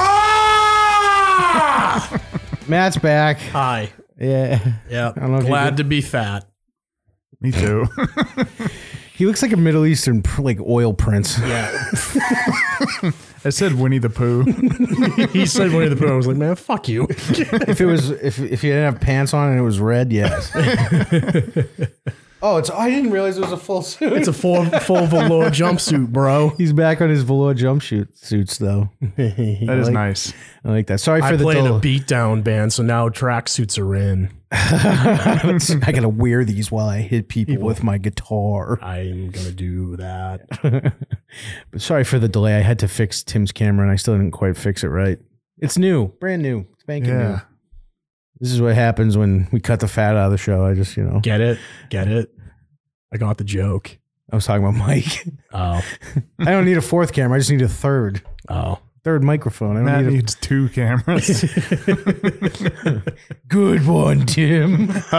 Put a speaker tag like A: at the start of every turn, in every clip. A: Oh. Matt's back.
B: Hi.
A: Yeah.
B: Yeah.
A: don't know if you
B: Glad
A: did-
B: to be fat.
C: Me too.
A: He looks like a Middle Eastern pr- like oil prince.
B: Yeah.
C: I said Winnie the Pooh.
B: he said Winnie the Pooh. I was like, man, fuck you.
A: if it was if if you didn't have pants on and it was red, yes. oh, it's I didn't realize it was a full suit.
B: It's a full full velour jumpsuit, bro.
A: He's back on his velour jumpsuit suits though.
C: That
A: that
C: is nice.
A: I like that. Sorry for
B: I
A: the
B: play in a
A: dull.
B: beatdown band, so now tracksuits are in.
A: I gotta wear these while I hit people, with my guitar.
B: I'm gonna do that.
A: But sorry for the delay. I had to fix Tim's camera and I still didn't quite fix it right. It's new, brand new, it's banking new.
C: Yeah.
A: This is what happens when we cut the fat out of the show. I just, you know,
B: Get it? Get it? I got the joke.
A: I was talking about Mike.
B: Oh,
A: I don't need a fourth camera. I just need a third,
B: oh.
A: third microphone. I don't
C: Matt
A: need a
C: needs two cameras.
A: Good one, Tim.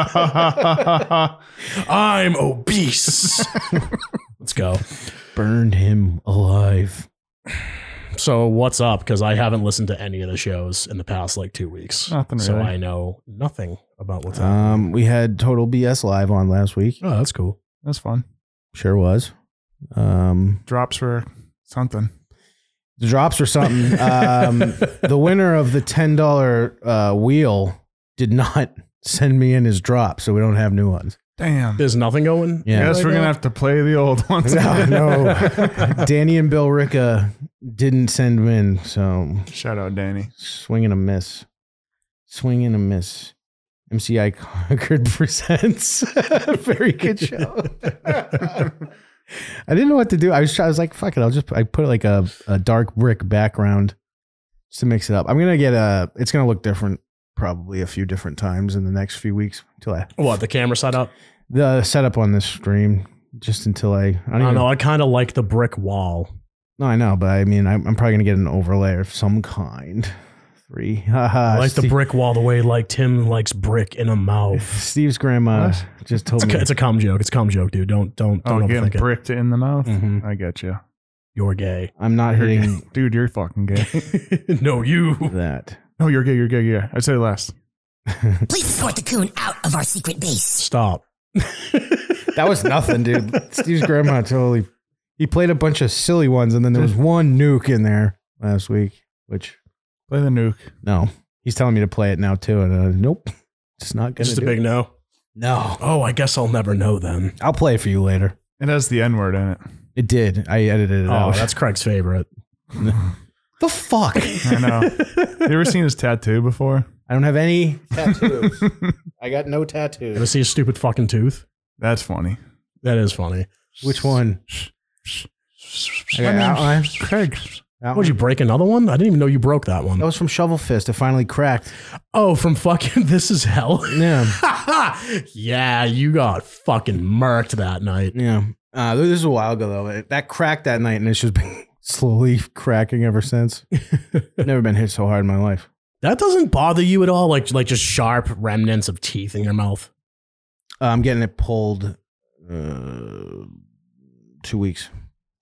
B: I'm obese. Let's go.
A: Burned him alive.
B: So what's up? Because I haven't listened to any of the shows in the past like two weeks.
C: Nothing
B: So
C: really.
B: I know nothing about what's up.
A: Um, we had Total BS Live on last week.
B: Oh, that's cool.
C: That's fun.
A: Sure was. Um,
C: Drops for something.
A: the drops or something. Um, the winner of the ten dollar uh, wheel did not send me in his drop, so we don't have new ones.
C: Damn.
B: There's nothing going.
A: Yeah.
C: Guess we're gonna have to play the old ones.
A: No, no. Danny and Bill Ricca didn't send them in, so
C: Shout out Danny.
A: swing and a miss. Swing and a miss. MCI Concord presents. Very good show. I didn't know what to do. I was try- I was like, fuck it. I'll just I put like a, a dark brick background just to mix it up. I'm gonna get a. It's gonna look different probably a few different times in the next few weeks until I
B: What the camera setup?
A: the setup on this stream. Just until I, I don't,
B: I
A: even,
B: don't know. I kind of like the brick wall.
A: No, I know, but I mean, I'm, I'm probably gonna get an overlay of some kind. Three, haha.
B: I like the brick wall the way like Tim likes brick in a mouth.
A: Steve's grandma
C: What?
A: just told
B: It's
A: me
B: a, it's a cum joke. It's a cum joke, dude. Don't don't
C: Oh,
B: don't
C: getting
B: overthink it.
C: bricked in the mouth.
A: Mm-hmm.
B: Mhm.
C: I get you.
B: You're gay.
A: I'm not hitting
C: Dude, you're fucking gay.
B: no, you.
A: that.
C: No, you're gay. You're gay. Yeah, I said it last.
D: Please escort the coon out of our secret base.
B: Stop.
A: That was nothing, dude. Steve's grandma totally. He played a bunch of silly ones, and then there was one nuke in there last week. Which
C: Play the nuke.
A: no, he's telling me to play it now too, and uh, nope, it's not gonna.
B: Just a
A: do
B: big
A: it.
B: no.
A: no.
B: Oh, I guess I'll never know then.
A: I'll play it for you later.
C: It has the N word in it.
A: It did. I edited it
B: Oh,
A: out.
B: that's Craig's favorite.
A: the fuck.
C: I know. you ever seen his tattoo before?
A: I don't have any tattoos. I got no tattoos.
B: Ever see a stupid fucking tooth?
C: That's funny.
B: That is funny.
A: Which one? I got
C: I mean,
A: outline.
C: Craig.
A: Outline.
B: Would you break another one? I didn't even know you broke that one.
A: That was from Shovel Fist. It finally cracked.
B: Oh, from fucking This Is Hell.
A: Yeah.
B: yeah, you got fucking murked that night.
A: Yeah. Uh, this is a while ago though. It- that cracked that night, and it's just been slowly cracking ever since. Never been hit so hard in my life.
B: That doesn't bother you at all, like like just sharp remnants of teeth in your mouth.
A: Uh, I'm getting it pulled. Uh, two weeks.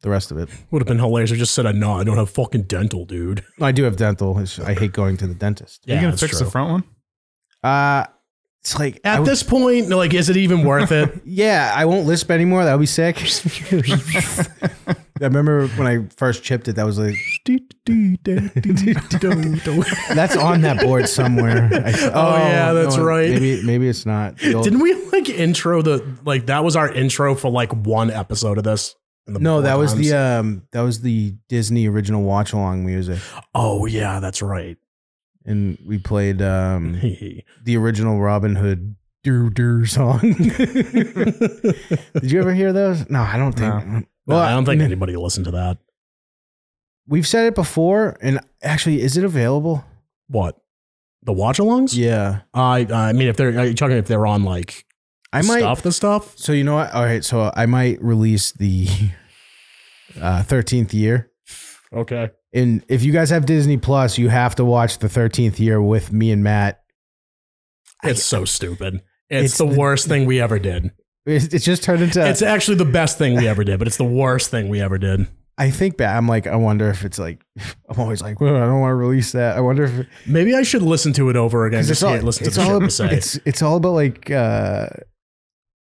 A: The rest of it.
B: Would have been hilarious if you just said, "No, I don't have fucking dental, dude."
A: No, I do have dental. It's, I hate going to the dentist.
C: you gonna
B: that's
C: fix the
B: true.
C: front one?
A: Uh, it's like I
B: At
A: w-
B: this point, like, is it even worth it?
A: Yeah, I won't lisp anymore. That would be sick. I remember when I first chipped it. That was like
B: Didn't
A: that's on that board somewhere. I-
B: Oh,
A: Oh,
B: yeah, that's right.
A: Maybe maybe it's not. The old-
B: we like intro the like that was our intro for like one episode of this? in the
A: No, that was
B: times?
A: the um that was the Disney original watch along music.
B: oh yeah, that's right.
A: And we played um the original Robin Hood doo doo song. Did you ever hear those? No, I don't think.
B: well, I don't think
A: n-
B: anybody listened to that.
A: we've said it before and actually is it available?
B: What the watch alongs?
A: Yeah.
B: I I mean, if they're are you talking if they're on like
A: I
B: the
A: might
B: stuff the stuff.
A: So you know what? All right, so I might release the uh 13th year.
B: Okay.
A: And if you guys have Disney Plus, you have to watch the 13th year with me and Matt.
B: It's so stupid. It's,
A: It's
B: the,
A: the-
B: worst thing we ever did.
A: It's, it's just turned into
B: it's actually the best thing we ever did, but it's the worst thing we ever did.
A: I think back, I'm like, I wonder if it's like, I'm always like, well, I don't want to release that. I wonder if
B: Maybe I should listen to it over again.
A: because
B: Just
A: it's
B: to
A: all,
B: listen to
A: it's
B: the
A: all
B: shit we
A: about,
B: say.
A: it's it's all about like uh,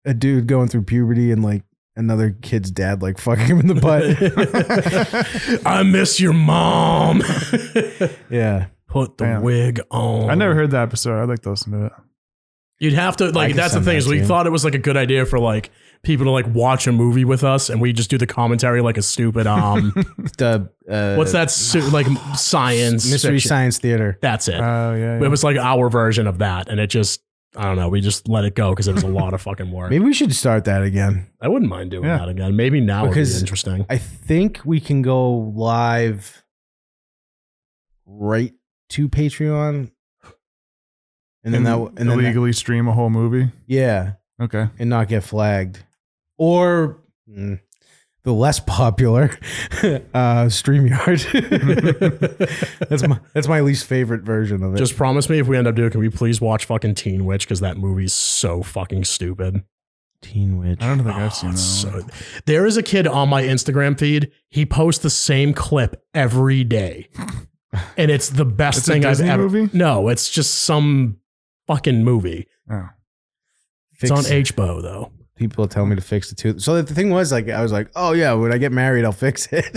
A: a dude going through puberty and like another kid's dad like fucking him in the butt.
B: I miss your mom.
A: yeah,
B: Put the
C: Damn.
B: wig on.
C: I never heard that episode. I'd like to listen to it.
B: You'd have to like.
A: can
B: That's the
A: send
B: thing
A: that
B: is,
A: to
B: we
A: you.
B: thought it was like a good idea for like people to like watch a movie with us, and we just do the commentary like a stupid um.
A: the uh,
B: what's that? Su- like science
A: mystery
B: fiction.
A: science theater?
B: That's it.
C: Oh yeah.
B: It
C: yeah.
B: was like our version of that, and it just. I don't know. We just let it go because it was a lot of fucking work.
A: Maybe we should start that again.
B: I wouldn't mind doing
C: Yeah.
B: that again. Maybe now because would
A: Because-
B: be interesting.
A: I think we can go live right to Patreon, and then that and then that-
C: illegally stream a whole movie.
A: yeah.
C: Okay.
A: and not get flagged or mm, the less popular uh StreamYard. that's my that's my least favorite version of it.
B: Just promise me if we end up doing, can we please watch fucking Teen Witch because that movie's so fucking stupid.
A: Teen Witch.
C: I don't think I've
B: Oh,
C: seen that.
B: it's
C: one.
B: so- there is a kid on my Instagram feed. He posts the same clip every day, and it's the best
C: It's a
B: thing I've
C: Disney
B: ever.
C: movie?
B: No, it's just some fucking movie.
C: Oh.
B: It's
A: Fix-
B: on HBO though.
A: people tell me to fix the tooth. So the thing was like I was like, "Oh yeah, when I get married, I'll fix it."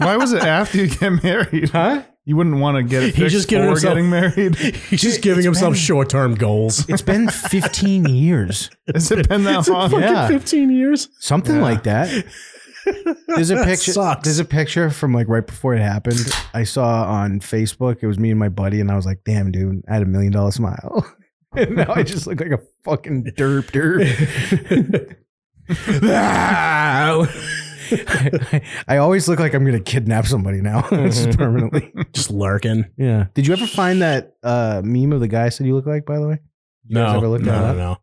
C: Why was it after you get married?
A: huh?
C: You wouldn't want to get it
B: He
C: fixed
B: just
C: just
B: gave
C: before
B: himself-
C: getting married.
B: He's just giving
A: It's
B: himself
A: been-
B: short term goals.
A: It's been 15 years.
C: Has it been that long?
B: Fucking
A: Yeah.
B: fifteen years.
A: Something
C: Yeah.
A: like that. There's a
B: That
A: picture.
B: sucks.
A: There's a picture from like right before it happened. I saw on Facebook. It was me and my buddy, and I was like, "Damn, dude, I had a million dollar smile." And now I just look like a fucking derp derp. I, I always look like I'm gonna kidnap somebody now. This is permanently.
B: Just lurking.
A: Yeah. Did you ever find that uh, meme of the guy said you look like? By the way, You guys
B: No,
A: ever
B: no,
A: looked that
B: no,
A: up?
B: no.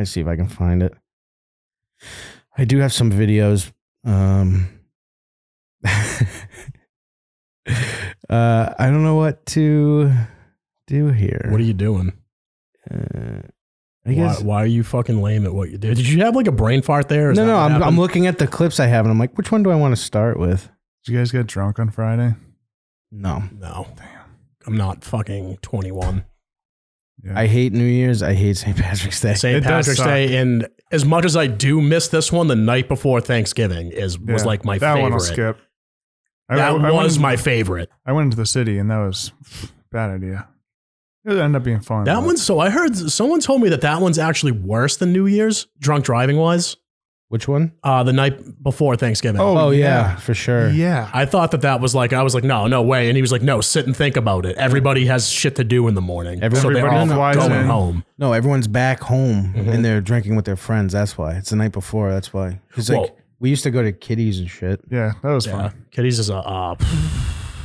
A: I see if I can find it. I do have some videos. Um, uh, I don't know what to do here.
B: What are you doing?
A: uh, I
B: Why,
A: guess.
B: why are you fucking lame at what you did? Did you have like a brain fart there? Is
A: No,
B: that
A: no.
B: what
A: I'm, I'm
B: happened?
A: looking at the clips I have, and I'm like, which one do I want to start with?
C: Did you guys get drunk on Friday?
A: No,
B: No,
C: Damn.
B: I'm not fucking 21.
C: Yeah.
A: I hate New Year's. I hate St. Patrick's Day.
B: St.
C: It does
B: Patrick's
C: suck.
B: Day, and as much as I do miss this one, the night before Thanksgiving is was
C: Yeah.
B: like my
C: that
B: favorite.
C: one I'll skip. I-
B: That
C: I- I
B: was
C: went-
B: my favorite.
C: I went into the city and that was bad idea. It ended up being fun.
B: That
C: but-
B: one's so I heard someone told me that that one's actually worse than New Year's drunk driving wise.
A: Which one?
B: Uh, the night before Thanksgiving.
C: Oh,
A: yeah,
C: yeah.
A: for sure.
C: yeah.
B: I thought that that was like I was like no no way and he was like no sit and think about it everybody has shit to do in the morning so they're
A: Everybody
B: all
A: flies
B: going
A: in.
B: home
A: No, everyone's back home
B: Mhm.
A: and they're drinking with their friends. That's why it's the night before. That's why. Because like
B: Well-
A: we used to go to kitties and shit.
C: Yeah, that was
B: yeah
C: fun.
B: kitties is a uh,
A: It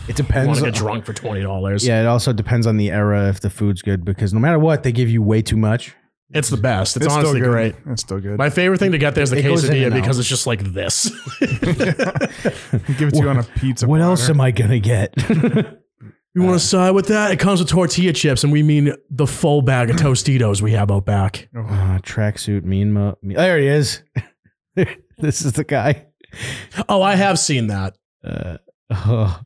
B: want
A: depends.
B: to get drunk for twenty dollars
A: Yeah, it also depends on the era if the food's good because no matter what, they give you way too much.
B: it's the best it's, honestly
C: still
B: great
C: good. It's still good.
B: My favorite thing to get there is the
A: It goes in
B: quesadilla
A: and out.
B: because it's just like this.
C: Give it to you on a pizza.
A: what
C: platter.
A: else am I gonna get?
B: you want to side with that? It comes with tortilla chips, and we mean the full bag of Tostitos we have out back.
C: Oh,
A: uh, tracksuit mean mo. me- There he is. this is the guy.
B: Oh, I have seen that.
A: Uh, oh,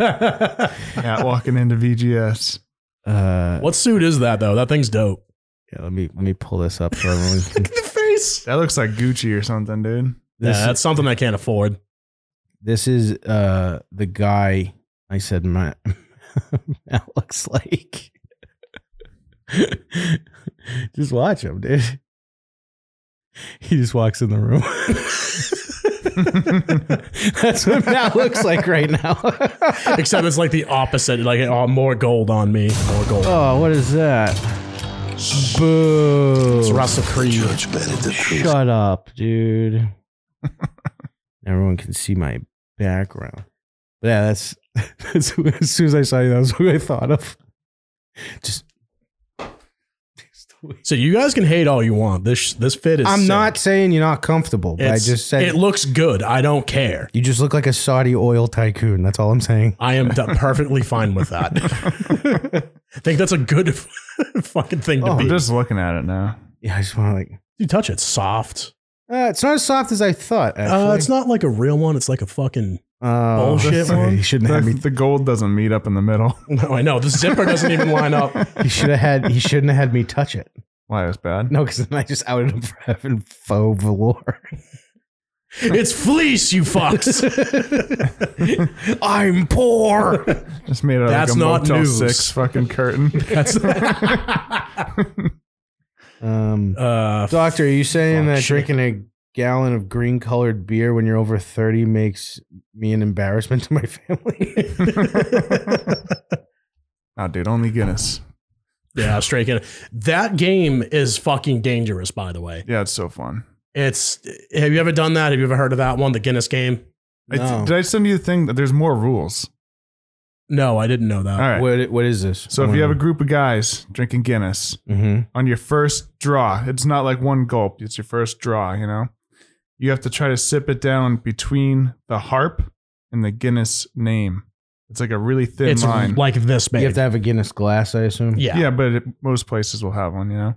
C: Yeah, walking into VGS.
A: uh,
B: What suit is that though? That thing's dope.
A: yeah, let me let me pull this up for everyone.
B: Look at the face.
C: That looks like Gucci or something, dude.
A: This,
B: yeah, that's something I can't afford.
A: this is uh the guy I said Matt, Matt looks like. just watch him, dude. He just walks in the room. That's what Matt looks like right now.
B: Except it's like the opposite. Like oh, more gold on me. More gold.
A: oh, what is that? Boo.
B: it's Russell Creed.
A: Shut up, dude. Everyone can see my background. But yeah, that's, that's who- as soon as I saw you, that was who I thought of. Just.
B: So you guys can hate all you want. This this fit is.
A: I'm
B: sick.
A: not saying you're not comfortable, but
B: It's-
A: I just said
B: it looks good. I don't care.
A: you just look like a Saudi oil tycoon. That's all I'm saying.
B: I am d- perfectly fine with that. I think that's a good fucking thing to
A: Oh,
B: be.
C: I'm just looking at it now.
A: Yeah, I just want to like.
B: you touch it soft.
A: Uh, it's not as soft as I thought. Actually,
B: Uh, it's not like a real one. It's like a fucking.
A: Oh,
B: bullshit
A: okay,
B: one.
A: He shouldn't
C: The,
A: have me.
C: the gold doesn't meet up in the middle.
B: No, I know. The zipper doesn't even line up.
A: He should have had. He shouldn't have had me touch it.
C: Why it's bad?
A: No, because then I just outed him for having faux velour.
B: It's fleece, you fucks. I'm poor.
C: Just made it
B: That's
C: like a
B: not
C: Motel
B: news.
C: Six fucking curtain.
B: That's
A: Um,
B: uh,
A: doctor, are you saying
B: fuck
A: that
B: shit.
A: drinking a gallon of green colored beer when you're over thirty makes me an embarrassment to my family?
C: no, dude, only Guinness.
B: yeah, straight in. That game is fucking dangerous. By the way,
C: Yeah, it's so fun.
B: it's. Have you ever done that? Have you ever heard of that one, the Guinness game?
C: I th-
A: No.
C: did I send you the thing that there's more rules?
B: No, I didn't know that.
C: All right.
A: What What is this?
C: so if you have a group of guys drinking Guinness
A: Mhm.
C: on your first draw, it's not like one gulp. It's your first draw. You know, you have to try to sip it down between the harp and the Guinness name. It's like a really thin
B: It's
C: line.
B: like this big.
A: you have to have a Guinness glass, I assume.
B: yeah.
C: yeah. but it, most places will have one. You know,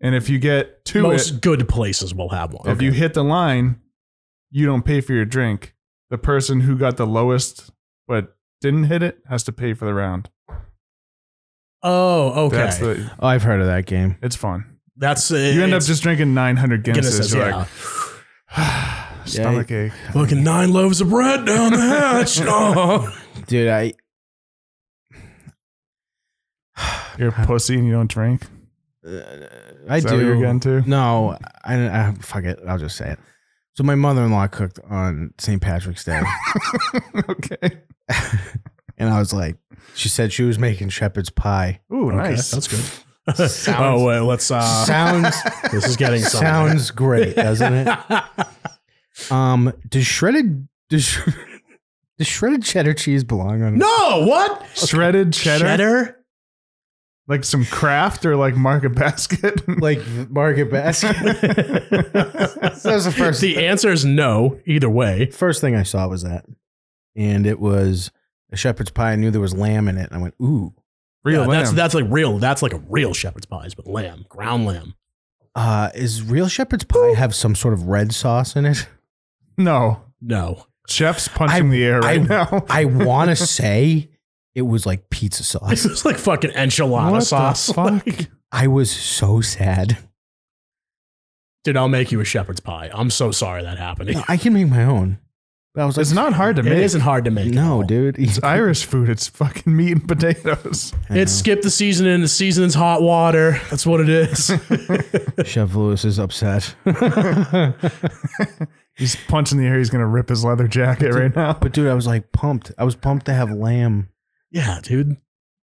C: and if you get two,
B: Most good places will have one.
C: If you hit the line, you don't pay for your drink. The person who got the lowest but didn't hit it has to pay for the round.
B: oh, okay.
C: That's
B: That's,
C: the.
A: Oh, I've heard of that game.
C: It's fun.
B: uh,
C: You end up
B: it's-
C: just drinking 900
B: Guinness
C: Guinnesses.
B: says,
C: You're
B: yeah.
C: like, stomach ache.
B: Fucking nine loaves of bread down the hatch. Oh.
A: Dude, I
C: You're a pussy and you don't drink.
A: uh, I
C: Is that
A: do.
C: What you're getting to?
A: No, I, I fuck it. I'll just say it. So my mother-in-law cooked on St. Patrick's Day,
C: okay.
A: and I was like, she said she was making shepherd's pie.
C: Ooh,
B: Okay,
C: nice.
B: That's good.
A: Sounds-
B: oh, wait, let's. Uh,
A: sounds
B: this is getting somewhere.
A: sounds great, doesn't it? Um, does shredded does, sh- does shredded cheddar cheese belong on?
B: no, what?
C: Shredded cheddar, like some craft or like Market Basket.
A: like Market Basket. that was the first
B: The answer is no, either way.
A: first thing I saw was that, and it was a shepherd's pie. I knew there was lamb in it, and I went, ooh.
C: real
B: Yeah, That's
C: lamb.
B: that's like real. That's like a real shepherd's pies, but lamb, ground lamb.
A: Uh, is real shepherd's pie have some sort of red sauce in it?
C: no,
B: No.
C: chef's punching the air right
A: I-
C: now.
A: I want to say it was like pizza
B: This
A: sauce.
B: is like fucking enchilada
C: What the
B: sauce.
C: fuck?
B: Like,
A: I was so sad.
B: dude, I'll make you a shepherd's pie. I'm so sorry that happened.
A: No, I can make my own. But I was like,
C: it's not hard to
B: it
C: make.
B: isn't hard to make.
A: No, dude.
C: It's Irish food. It's fucking meat and potatoes.
A: I
B: It's skip the seasoning. The seasoning's hot water. That's what it is.
A: know. Chef Lewis is upset.
C: He's punching the air. He's gonna rip his leather jacket right now.
A: but dude, I was like pumped. I was pumped to have lamb.
B: yeah, dude.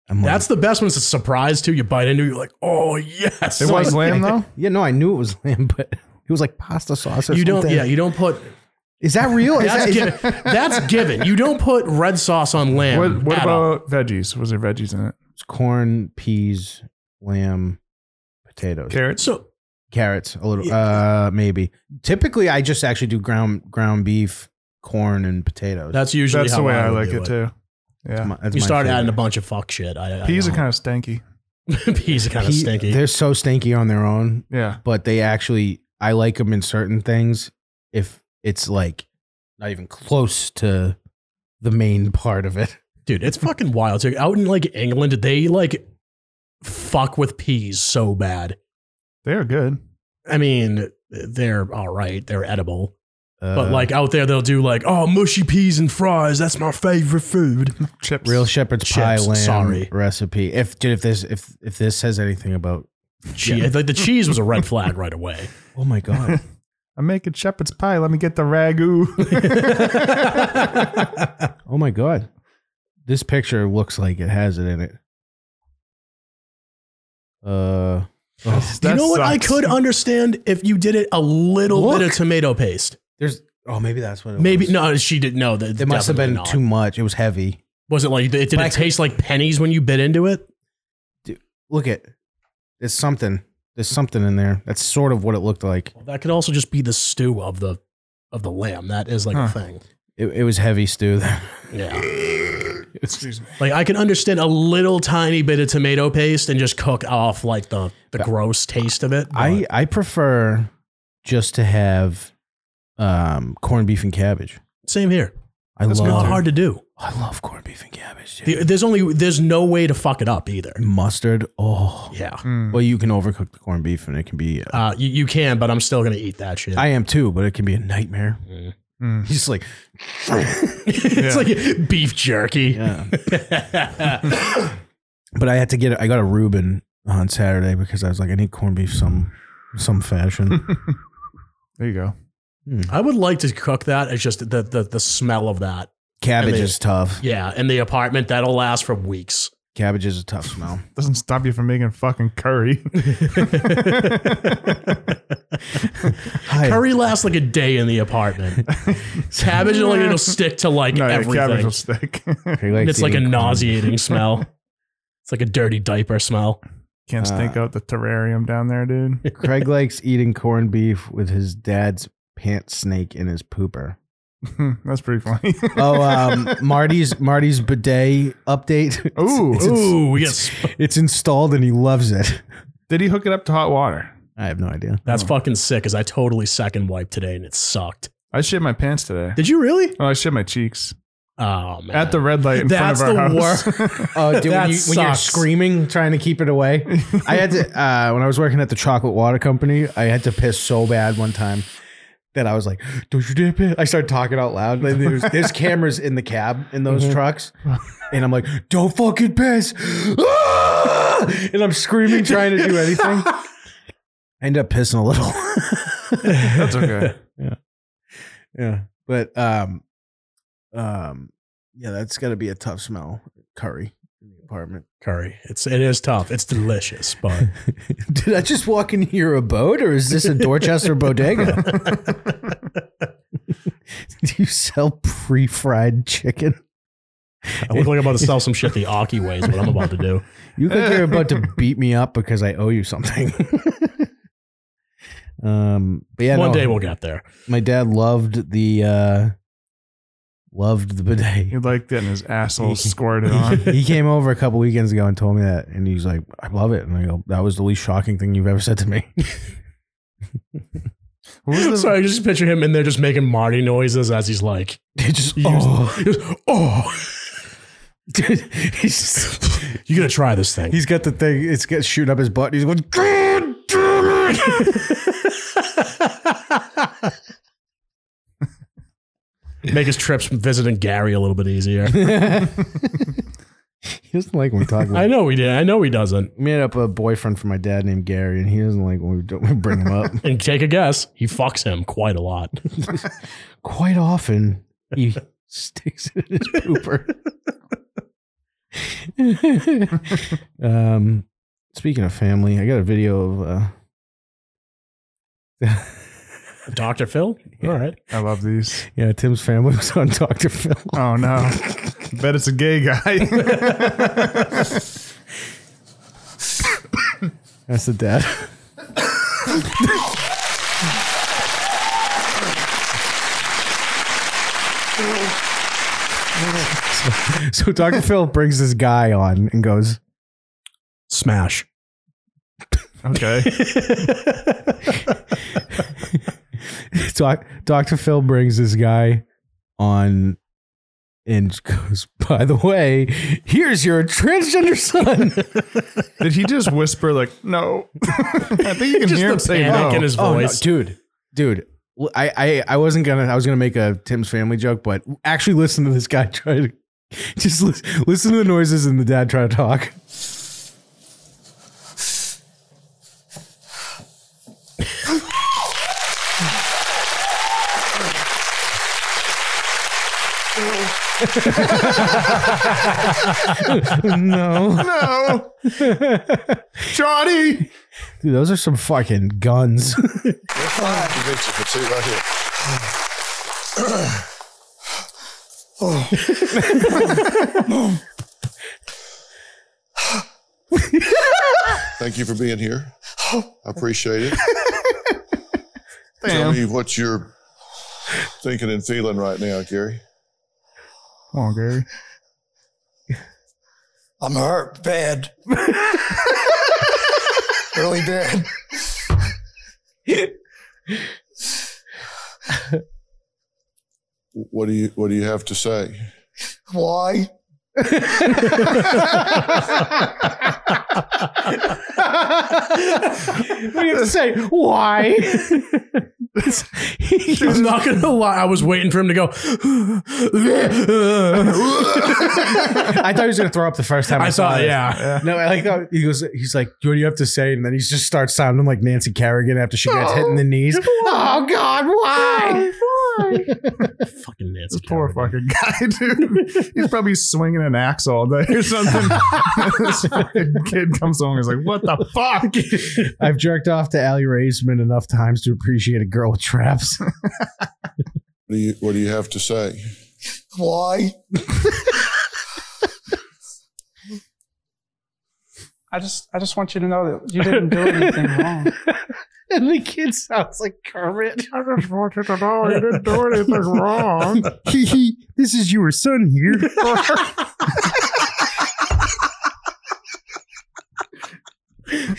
A: I'm like,
B: That's the best one. It's a surprise too. You bite into it, you're like, oh yes.
C: It
B: Like,
C: was lamb though.
A: yeah. No, I knew it was lamb, but it was like pasta sauce. Or
B: You don't.
A: something.
B: Yeah, you don't put.
A: Is that real? Is
B: That's
A: that, is
B: given. that's given. You don't put red sauce on lamb.
C: What, what
B: at all.
C: about veggies? Was there veggies in it?
A: that- corn, peas, lamb, potatoes,
C: Carrots.
B: So
A: carrots, a little, uh, maybe. Typically, I just actually do ground ground beef, corn, and potatoes.
B: that's usually
C: That's
B: how
C: the way I
B: would
C: like
B: do
C: it, too. Yeah.
A: My- that's
B: You
A: my
B: start
A: favorite.
B: adding a bunch of fuck shit. I, I
C: Peas are
B: don't-
C: kind of stanky.
B: peas are kind of
A: Pea-
B: stinky.
A: They're so stinky on their own,
C: Yeah.
A: but they actually I like them in certain things. If it's like not even close to the main part of it,
B: dude it's fucking wild too out in like england they like fuck with peas so bad
C: They are good.
B: i mean they're all right they're edible
A: uh,
B: but like out there they'll do like oh mushy peas and fries that's my favorite food
C: Chips.
A: real shepherd's pie
B: Chips,
A: lamb
B: sorry.
A: recipe. If dude, if this if if this says anything about
B: Che- like the cheese was a red flag right away
A: oh my god,
C: I'm making shepherd's pie. Let me get the ragu.
A: oh my god, this picture looks like it has it in it. Uh, oh,
B: you
C: That
B: know what i
C: sucks.
B: could understand if you did it a little bit
A: Look.
B: of tomato paste
A: there's oh maybe that's what it
B: maybe
A: was.
B: no she didn't know that
A: It must have been
B: not.
A: too much. It was heavy.
B: was it like it did
A: But I
B: it taste like pennies when you bit into it
A: look at there's something there's something in there that's sort of what it looked like
B: Well, that could also just be the stew of the of the lamb. That is like a thing.
A: it, it was heavy stew
B: Yeah.
C: Excuse me.
B: Like I can understand a little tiny bit of tomato paste and just cook off like the the
A: But-
B: gross taste of it. but-
A: i i prefer just to have um, corned beef and cabbage.
B: Same here.
A: I
C: That's
A: love
B: Not hard to do.
A: I love corned beef and cabbage. dude.
B: The- There's only there's no way to fuck it up either.
A: Mustard. Oh,
B: Yeah.
C: Mm.
A: well, you can overcook the corned beef, and it can be.
B: Uh, you, you can, but I'm still gonna eat that shit.
A: I am too, but it can be a nightmare.
B: Mm.
C: Mm.
A: He's just like,
B: it's like beef jerky.
A: yeah. But I had to get. I got a Reuben on Saturday because I was like, I need corned beef some some fashion.
C: There you go.
B: I would like to cook that. It's just the the, the smell of that.
A: cabbage
B: And they-
A: is tough.
B: Yeah, in the apartment that'll last for weeks.
A: Cabbage is a tough smell.
C: Doesn't stop you from making fucking curry.
A: Hi.
B: Curry lasts like a day in the apartment. cabbage, like it'll stick to like
C: no, yeah, cabbage
B: everything.
C: will stick.
A: He likes
B: And it's like a
A: eating corn.
B: nauseating smell. It's like a dirty diaper smell.
C: Can't stink
A: Uh,
C: out the terrarium down there, dude.
A: Craig likes eating corned beef with his dad's pant snake in his pooper.
C: Hmm, That's pretty funny.
A: Oh, um, Marty's Marty's bidet update. It's-
C: Ooh.
A: it's, ins-
B: Ooh, we got
A: it's,
B: sp-
A: it's installed and he loves it.
C: Did he hook it up to hot water?
A: I have no idea.
B: that's fucking sick. Cause I totally second wiped today and it sucked.
C: I shit my pants today.
B: Did you really?
C: Oh, I shit my cheeks
B: Oh man,
C: at the red light in
B: That's
C: front of our
B: the
C: house.
A: Oh, dude,
B: That
A: when, you, when you're
B: sucks.
A: screaming, trying to keep it away. I had to, uh, when I was working at the chocolate water company, I had to piss so bad one time that I was like, don't you dare piss. I started talking out loud. Like, there's, there's cameras in the cab in those trucks. And I'm like, don't fucking piss. Ah! and I'm screaming, trying to do anything. I end up pissing a little.
C: That's okay.
A: yeah. But, um, um, yeah, that's got to be a tough smell. Curry in the apartment.
B: curry. It's it is tough. It's delicious, but
A: Did I just walk into your abode or is this a Dorchester bodega? Do you sell pre fried chicken?
B: I look like I'm about to sell some shit the Aki way is what I'm about to do.
A: You look like you're about to beat me up because I owe you something. um, but yeah,
B: One
A: no,
B: day we'll get there.
A: my dad loved the uh, loved the
C: He
A: bidet.
C: liked it and his asshole squirted on.
A: he came over a couple weekends ago and told me that, and he's like, "I love it," and I go, "That was the least shocking thing you've ever said to me."
C: What was the-
B: Sorry, I just picture him in there just making Marty noises as he's like,
A: It just
B: He used-
A: oh,
B: he goes, oh,
A: dude, he's just-
B: you gotta try this thing.
A: He's got the thing. It's got shooting up his butt. He's going. God damn it!
B: Make his trips from visiting Gary a little bit easier.
A: he doesn't like when we talk. About
B: I know he did. I know he doesn't.
A: Made up a boyfriend for my dad named Gary, and he doesn't like when we, don't, we bring him up
B: And take a guess, he fucks him quite a lot.
A: quite often. He sticks it in his pooper. um, speaking of family, I got a video of. Uh,
B: Dr. Phil? All right.
C: I love these.
A: yeah, Tim's family was on Doctor Phil.
C: Oh no! Bet it's a gay guy.
A: That's the dad. so, so Dr. Phil brings this guy on and goes,
B: Smash.
C: okay.
A: Doc, Dr. Phil brings this guy on and goes, by the way, here's your transgender son.
C: Did he just whisper like no? I think you can
B: Just
C: hear him
B: the
C: say
B: panic
C: no.
B: in his
A: Oh, no,
B: voice.
A: dude, dude. Well, I, I, I wasn't gonna. I was gonna make a Tim's family joke, but actually, listen to this guy try to just lis- listen to the noises and the dad try to talk. no,
C: no, Johnny.
A: dude, those are some fucking guns.
E: You venture for two right here. Thank you for being here. I appreciate it. Tell
C: Damn.
E: me what you're thinking and feeling right now, Gary.
C: Come on, Gary.
F: I'm hurt bad. really bad.
E: What do you What do you have to say?
F: Why?
A: what do you have to say? Why?
B: I'm not gonna lie. I was waiting for him to go.
A: I thought he was gonna throw up the first time I,
B: I
A: saw
B: thought,
A: it.
B: yeah.
A: No, I like that. He goes. He's like, "What do you have to say?" And then he just starts sounding like Nancy Kerrigan after she gets hit in the knees. Oh God, why?
B: Fucking Nancy.
C: This poor
B: Kerrigan.
C: fucking guy, dude. He's probably swinging an axe all day or something. this fucking kid comes along and is like, what the fuck?
A: I've jerked off to Ali Raisman enough times to appreciate a girl with traps.
E: What do you What do you have to say?
F: Why?
G: I just, I just want you to know that you didn't do anything wrong.
A: and the kid sounds like Kermit.
C: I just want you to know you didn't do anything wrong.
A: Hee hee. This is your son here.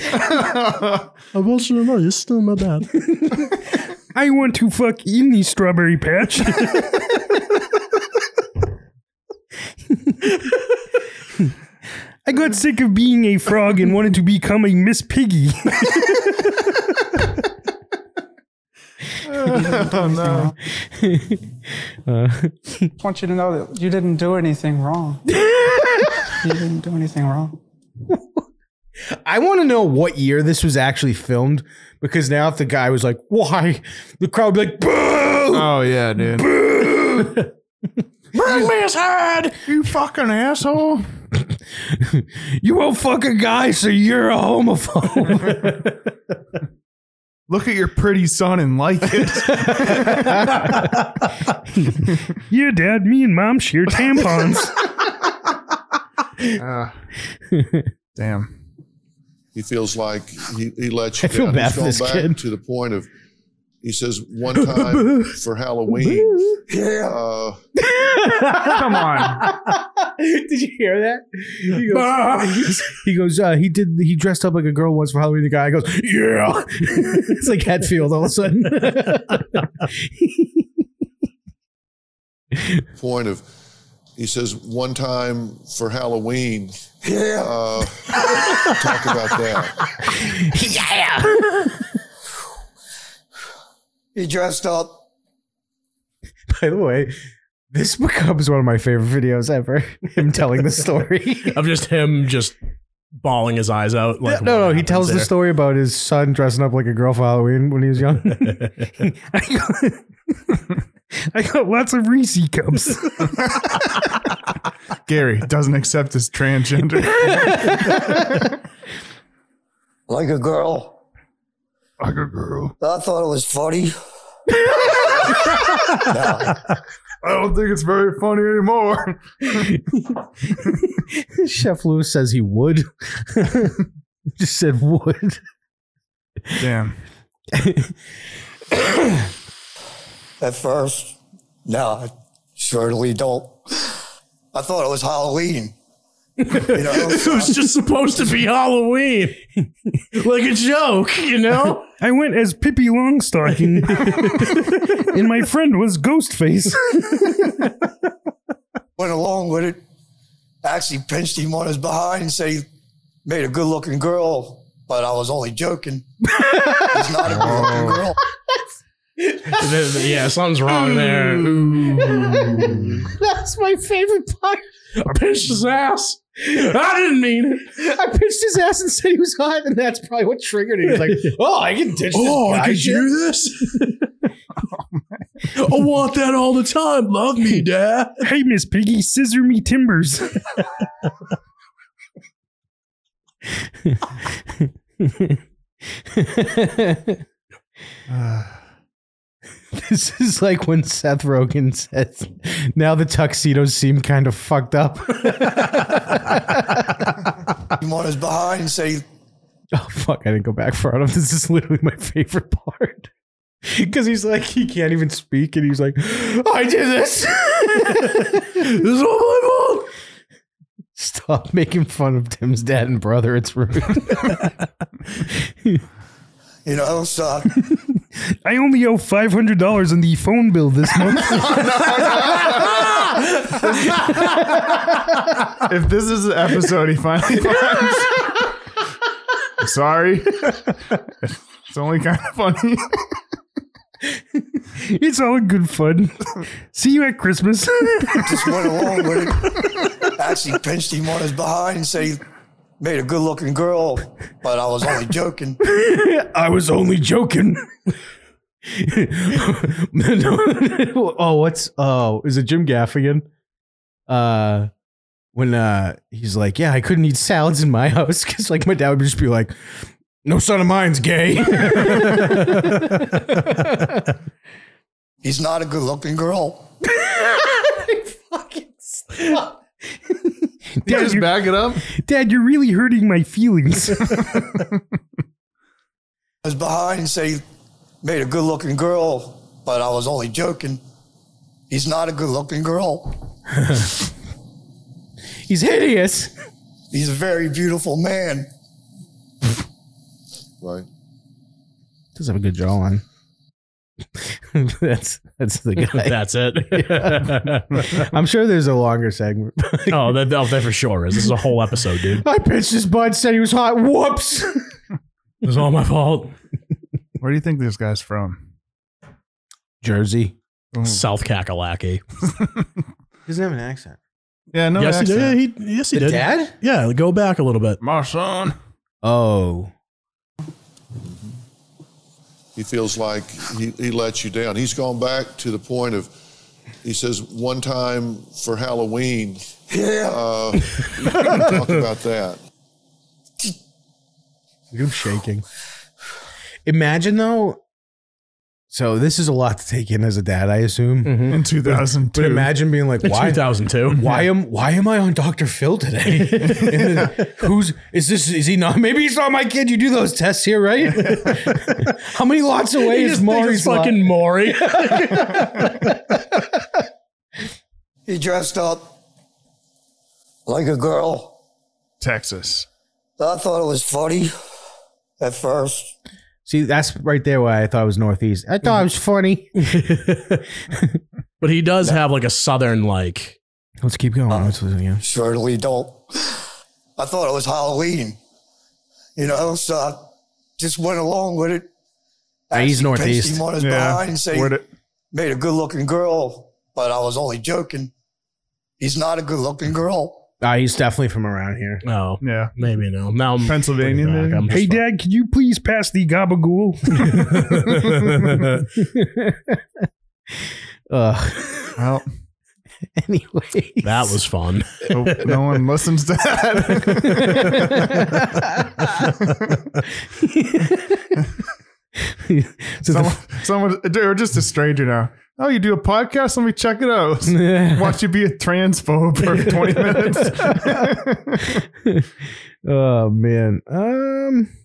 B: I will you know you're still my dad.
A: I want to fuck in the strawberry patch. I got sick of being a frog and wanted to become a Miss Piggy.
C: oh, no.
G: Uh, I just want you to know that you didn't do anything wrong. you didn't do anything wrong.
A: I want to know what year this was actually filmed because now if the guy was like, why? The crowd would be like, boo!
C: Oh, yeah, dude.
A: Bring me his head!
C: you fucking asshole.
A: You won't fuck a guy, so you're a homophobe.
C: Look at your pretty son and like it.
A: yeah, Dad, me and Mom share tampons.
C: Ah. damn.
E: He feels like he, he lets
A: I
E: you
A: feel
E: down.
A: bad
E: He's
A: for
E: gone
A: this
E: back
A: kid.
E: to the point of he says one time for Halloween.
F: Yeah.
E: Uh,
C: Come on.
A: Did you hear that? He goes, he, goes uh, he did he dressed up like a girl once for Halloween. The guy goes, Yeah. it's like Hatfield all of a sudden.
E: point of he says one time for Halloween.
F: Yeah.
E: Uh, talk about that.
F: He dressed up.
A: By the way, this becomes one of my favorite videos ever. Him telling the story.
B: of just him just bawling his eyes out. Like
A: no, no,
B: what
A: he tells the
B: happens
A: story about his son dressing up like a girl for Halloween when he was young. I, got, I got lots of Reese cups.
C: Gary doesn't accept his transgender.
F: Like a girl.
C: Fuck a girl.
F: I thought it was funny.
C: I don't think it's very funny anymore.
A: Chef Lewis says he would. Just said would.
C: Damn.
F: At first. No, I certainly don't. I thought it was Halloween. You know?
B: there. It was just supposed to be Halloween, like a joke, you know.
A: I went as Pippi Longstocking, and my friend was Ghostface.
F: went along with it. Actually pinched him on his behind and said he made a good looking girl, but I was only joking. He's not a good
C: Oh.
F: looking girl.
B: Th- th- yeah, something's wrong there.
A: That's my favorite part.
B: I pinched his ass. I didn't mean it.
A: I pitched his ass and said he was hot, and that's probably what triggered it. He's like, "Oh, I can ditch
B: Oh,
A: this
B: I
A: guy
B: could
A: shit."
B: do this. I want that all the time. Love me, Dad.
A: Hey, Miss Piggy, scissor me timbers. "Oh." this is like when Seth Rogen says, "Now the tuxedos seem kind of fucked up."
F: Him on his behind and said he
A: Oh fuck! I didn't go back far enough. This is literally my favorite part because he's like he can't even speak, and he's like, "I did this."
B: This is all my fault.
A: Stop making fun of Tim's dad and brother. It's rude.
F: you know, so
H: I only owe five hundred dollars on the phone bill this month.
C: If this is the episode he finally finds, I'm sorry. It's only kind of funny.
H: it's all in good fun. See you at Christmas.
F: Just went along with it. Actually pinched him on his behind and said he made a good looking girl, but I was only joking.
H: I was only joking.
A: oh, what's oh, is it Jim Gaffigan? Uh when uh he's like, Yeah, I couldn't eat salads in my house because like my dad would just be like, No son of mine's gay.
F: He's not a good looking girl.
H: Dad, you're,
C: back it up.
H: Dad, you're really hurting my feelings.
F: I was behind and said he made a good looking girl, but I was only joking. He's not a good looking girl.
A: he's hideous.
F: He's a very beautiful man.
E: Right.
A: Does have a good jawline. that's that's the guy.
B: That's it.
A: I'm sure there's a longer segment.
B: oh, that, oh, that for sure is. This is a whole episode, dude.
A: I pitched his bud, said he was hot. Whoops.
B: It's all my fault.
C: Where do you think this guy's from?
A: Jersey.
B: South Kakalaki.
A: Doesn't have an accent.
C: Yeah, no.
B: yes, he
C: accent.
B: did. He, yes, he
A: The
B: did.
A: dad?
B: Yeah, go back a little bit.
C: My son.
A: Oh.
E: He feels like he, he lets you down. He's gone back to the point of, he says, one time for Halloween. Yeah. Uh, we can talk about that.
A: I'm shaking. Imagine though. So this is a lot to take in as a dad, I assume.
C: In 2002.
A: But imagine being like, why?
B: 2002.
A: Why am Why am I on Dr. Phil today? And then, who's is this? Is he not? Maybe he's not my kid. You do those tests here, right? How many lots away is Maury's
B: fucking Maury.
F: He dressed up like a girl.
C: Texas.
F: I thought it was funny at first.
A: See, that's right there why I thought it was Northeast. I thought it was funny.
B: but he does have like a southern like.
A: Let's keep going. Let's listen again.
F: Surely don't. I thought it was Halloween, you know, so I just went along with it.
A: Ah, he's
F: Actually
A: Northeast.
F: pinched him on his behind
C: Yeah.
F: and said he
C: Where did-
F: made a good looking girl, but I was only joking. He's not a good looking girl.
A: Ah, he's definitely from around here.
B: Oh,
C: yeah.
B: maybe no. Now I'm
C: Pennsylvania,
B: bring it back.
C: maybe?
B: I'm just
H: hey, Dad, could you please pass the gabagool?
A: Ugh.
C: Well,
A: Anyway,
B: That was fun.
C: hope no one listens to that. someone, someone, dude, or just a stranger now. Oh, you do a podcast? Let me check it out. Watch you be a transphobe for 20 minutes.
A: oh man. Um.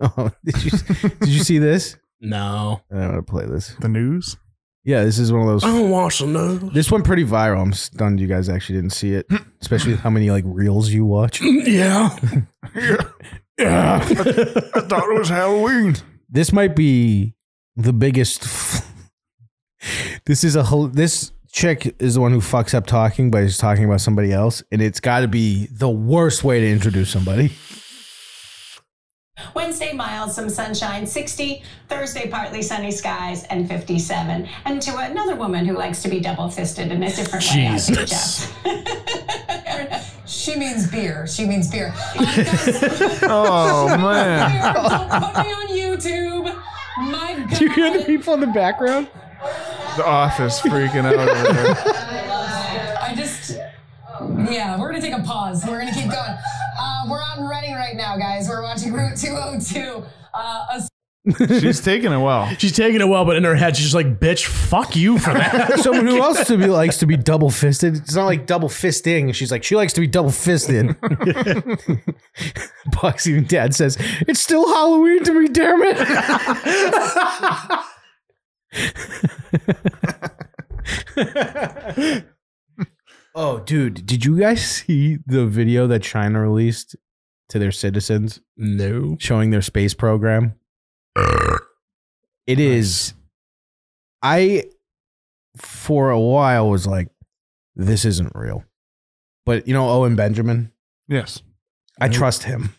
A: Oh, did you did you see this?
B: No.
A: I want to play this.
C: the news?
A: Yeah, this is one of those.
B: don't watch the news.
A: This one pretty viral. I'm stunned you guys actually didn't see it, especially with how many like reels you watch.
B: Yeah.
C: I thought it was Halloween.
A: This might be the biggest. F- this is a hel- this chick is the one who fucks up talking, but is talking about somebody else, and it's got to be the worst way to introduce somebody.
I: Wednesday, mild, some sunshine, 60. Thursday, partly sunny skies, and 57. And to another woman who likes to be double fisted in a different way. I
B: Jesus.
I: suggest. she means beer. She means beer. Um, guys, beer.
C: Oh, man.
I: Don't put me on YouTube. My God.
A: people in the background?
C: The office freaking out. Over there.
I: I just. Yeah, we're gonna take a pause. We're gonna keep going. Uh, we're out and running right now, guys. We're watching Route 202. Uh, a
C: She's taking it well.
B: She's taking it well, but in her head, she's just like, bitch, fuck you for that.
A: Someone who else to be likes to be double fisted. It's not like double fisting. She's like she likes to be double fisted. Bucks even dad says it's still Halloween to me. Damn it! oh, dude, did you guys see the video that China released to their citizens
B: no.
A: showing their space program? It is. I, for a while, was like, this isn't real. But you know, Owen Benjamin,
C: Yes,
A: I trust him.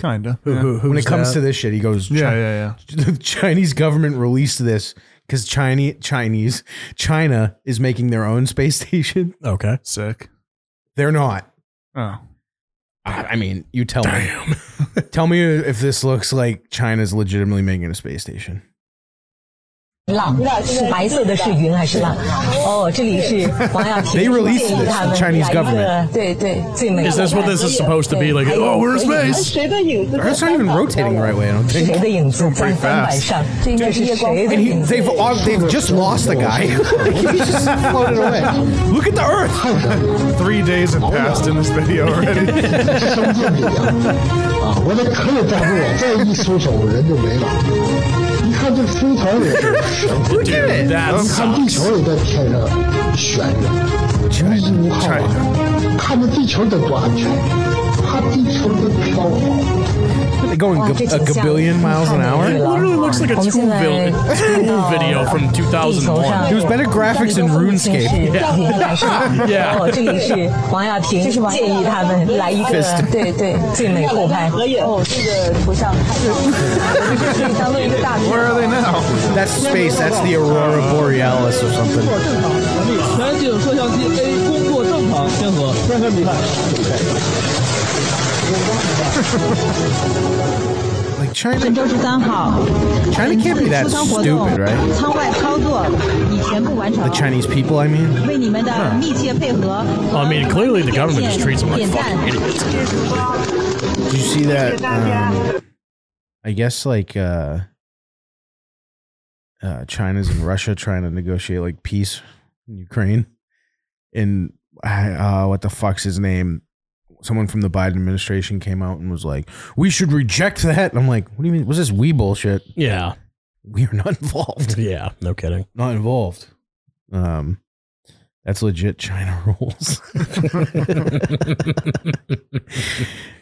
C: kinda.
B: Who,
C: Yeah.
B: who, who's
A: when it comes
B: that?
A: to this shit, he goes,
C: yeah, yeah,
A: the Chinese government released this because Chinese Chinese China is making their own space station.
B: okay,
C: Sick.
A: They're not.
C: Oh,
A: I I mean, you tell me. tell me if this looks like China's legitimately making a space station.
D: 浪是白色的，是云还是浪？哦，这里是王耀
A: They
D: 庆
A: released this to the Chinese government.
D: 对对，最美
B: is this what this is supposed to be? Like, oh, we're in space.
A: Earth's not even rotating the right way. I don't think.
D: 谁的影子在
C: pretty
D: 翻板
C: fast.
D: 上？这应该是谁的
A: And he,
D: 影子？
A: they've all, they've just lost the guy. he just floated away. Look at the Earth.
C: three days have passed in this video already.
J: 生命力啊！啊，我的可有站住了，再一缩手人就没了。你看这飞船也是神，
A: Look at it.
B: That
J: 你看地
B: sucks.
J: 球也在天上悬着，无依无靠啊！看着地球得多安全，看地球得飘好。
A: They're going
D: Wow,
A: ga- a
D: 这景象
A: gabillion miles an
D: 太美丽了
A: hour.
B: Literally looks like a
D: 我们
B: two
D: 现在
B: vil-
D: 看
B: two
D: 到
B: video from 2001.
A: It was better graphics in RuneScape.
D: 然后这里是王亚平，建议他们来一个
A: Fist
D: 对对最美后拍合影。哦，这个图像太棒了，我们这是当做一个大
C: Where are they now?
A: That's space. That's the Aurora Borealis or something.
J: 全景摄像机 A 工作正常，先和先和你看。
A: Like China,
D: 本周十三号，嗯
A: China can't be that
D: 出舱活动
A: stupid, right?
D: 舱外操作已全部完成
A: The。Chinese people, I mean.
D: 为你们的密切配合
B: I mean, clearly the government just treats them like
D: 点赞
B: fucking idiots.
A: Did you see that? Um, I guess like uh, uh, China's and Russia trying to negotiate like peace in Ukraine, and uh, what the fuck's his name? Someone from the Biden administration came out and was like, "We should reject that." And I'm like, "What do you mean? What's this we bullshit?
B: Yeah,
A: We are not involved.
B: yeah, no kidding.
A: Not involved." Um, that's legit China rules.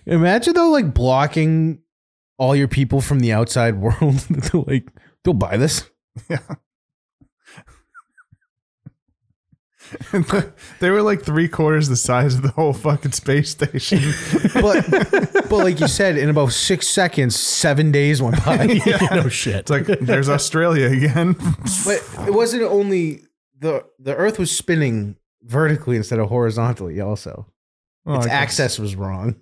A: Imagine though, like blocking all your people from the outside world. They're like they'll buy this.
C: they were like three quarters the size of the whole fucking space station.
A: But but like you said, in about six seconds, seven days went by.
B: no shit.
C: It's like there's Australia again.
A: But it wasn't only the the Earth was spinning vertically instead of horizontally. Also,
C: Well,
A: its
C: I guess-
A: access was wrong.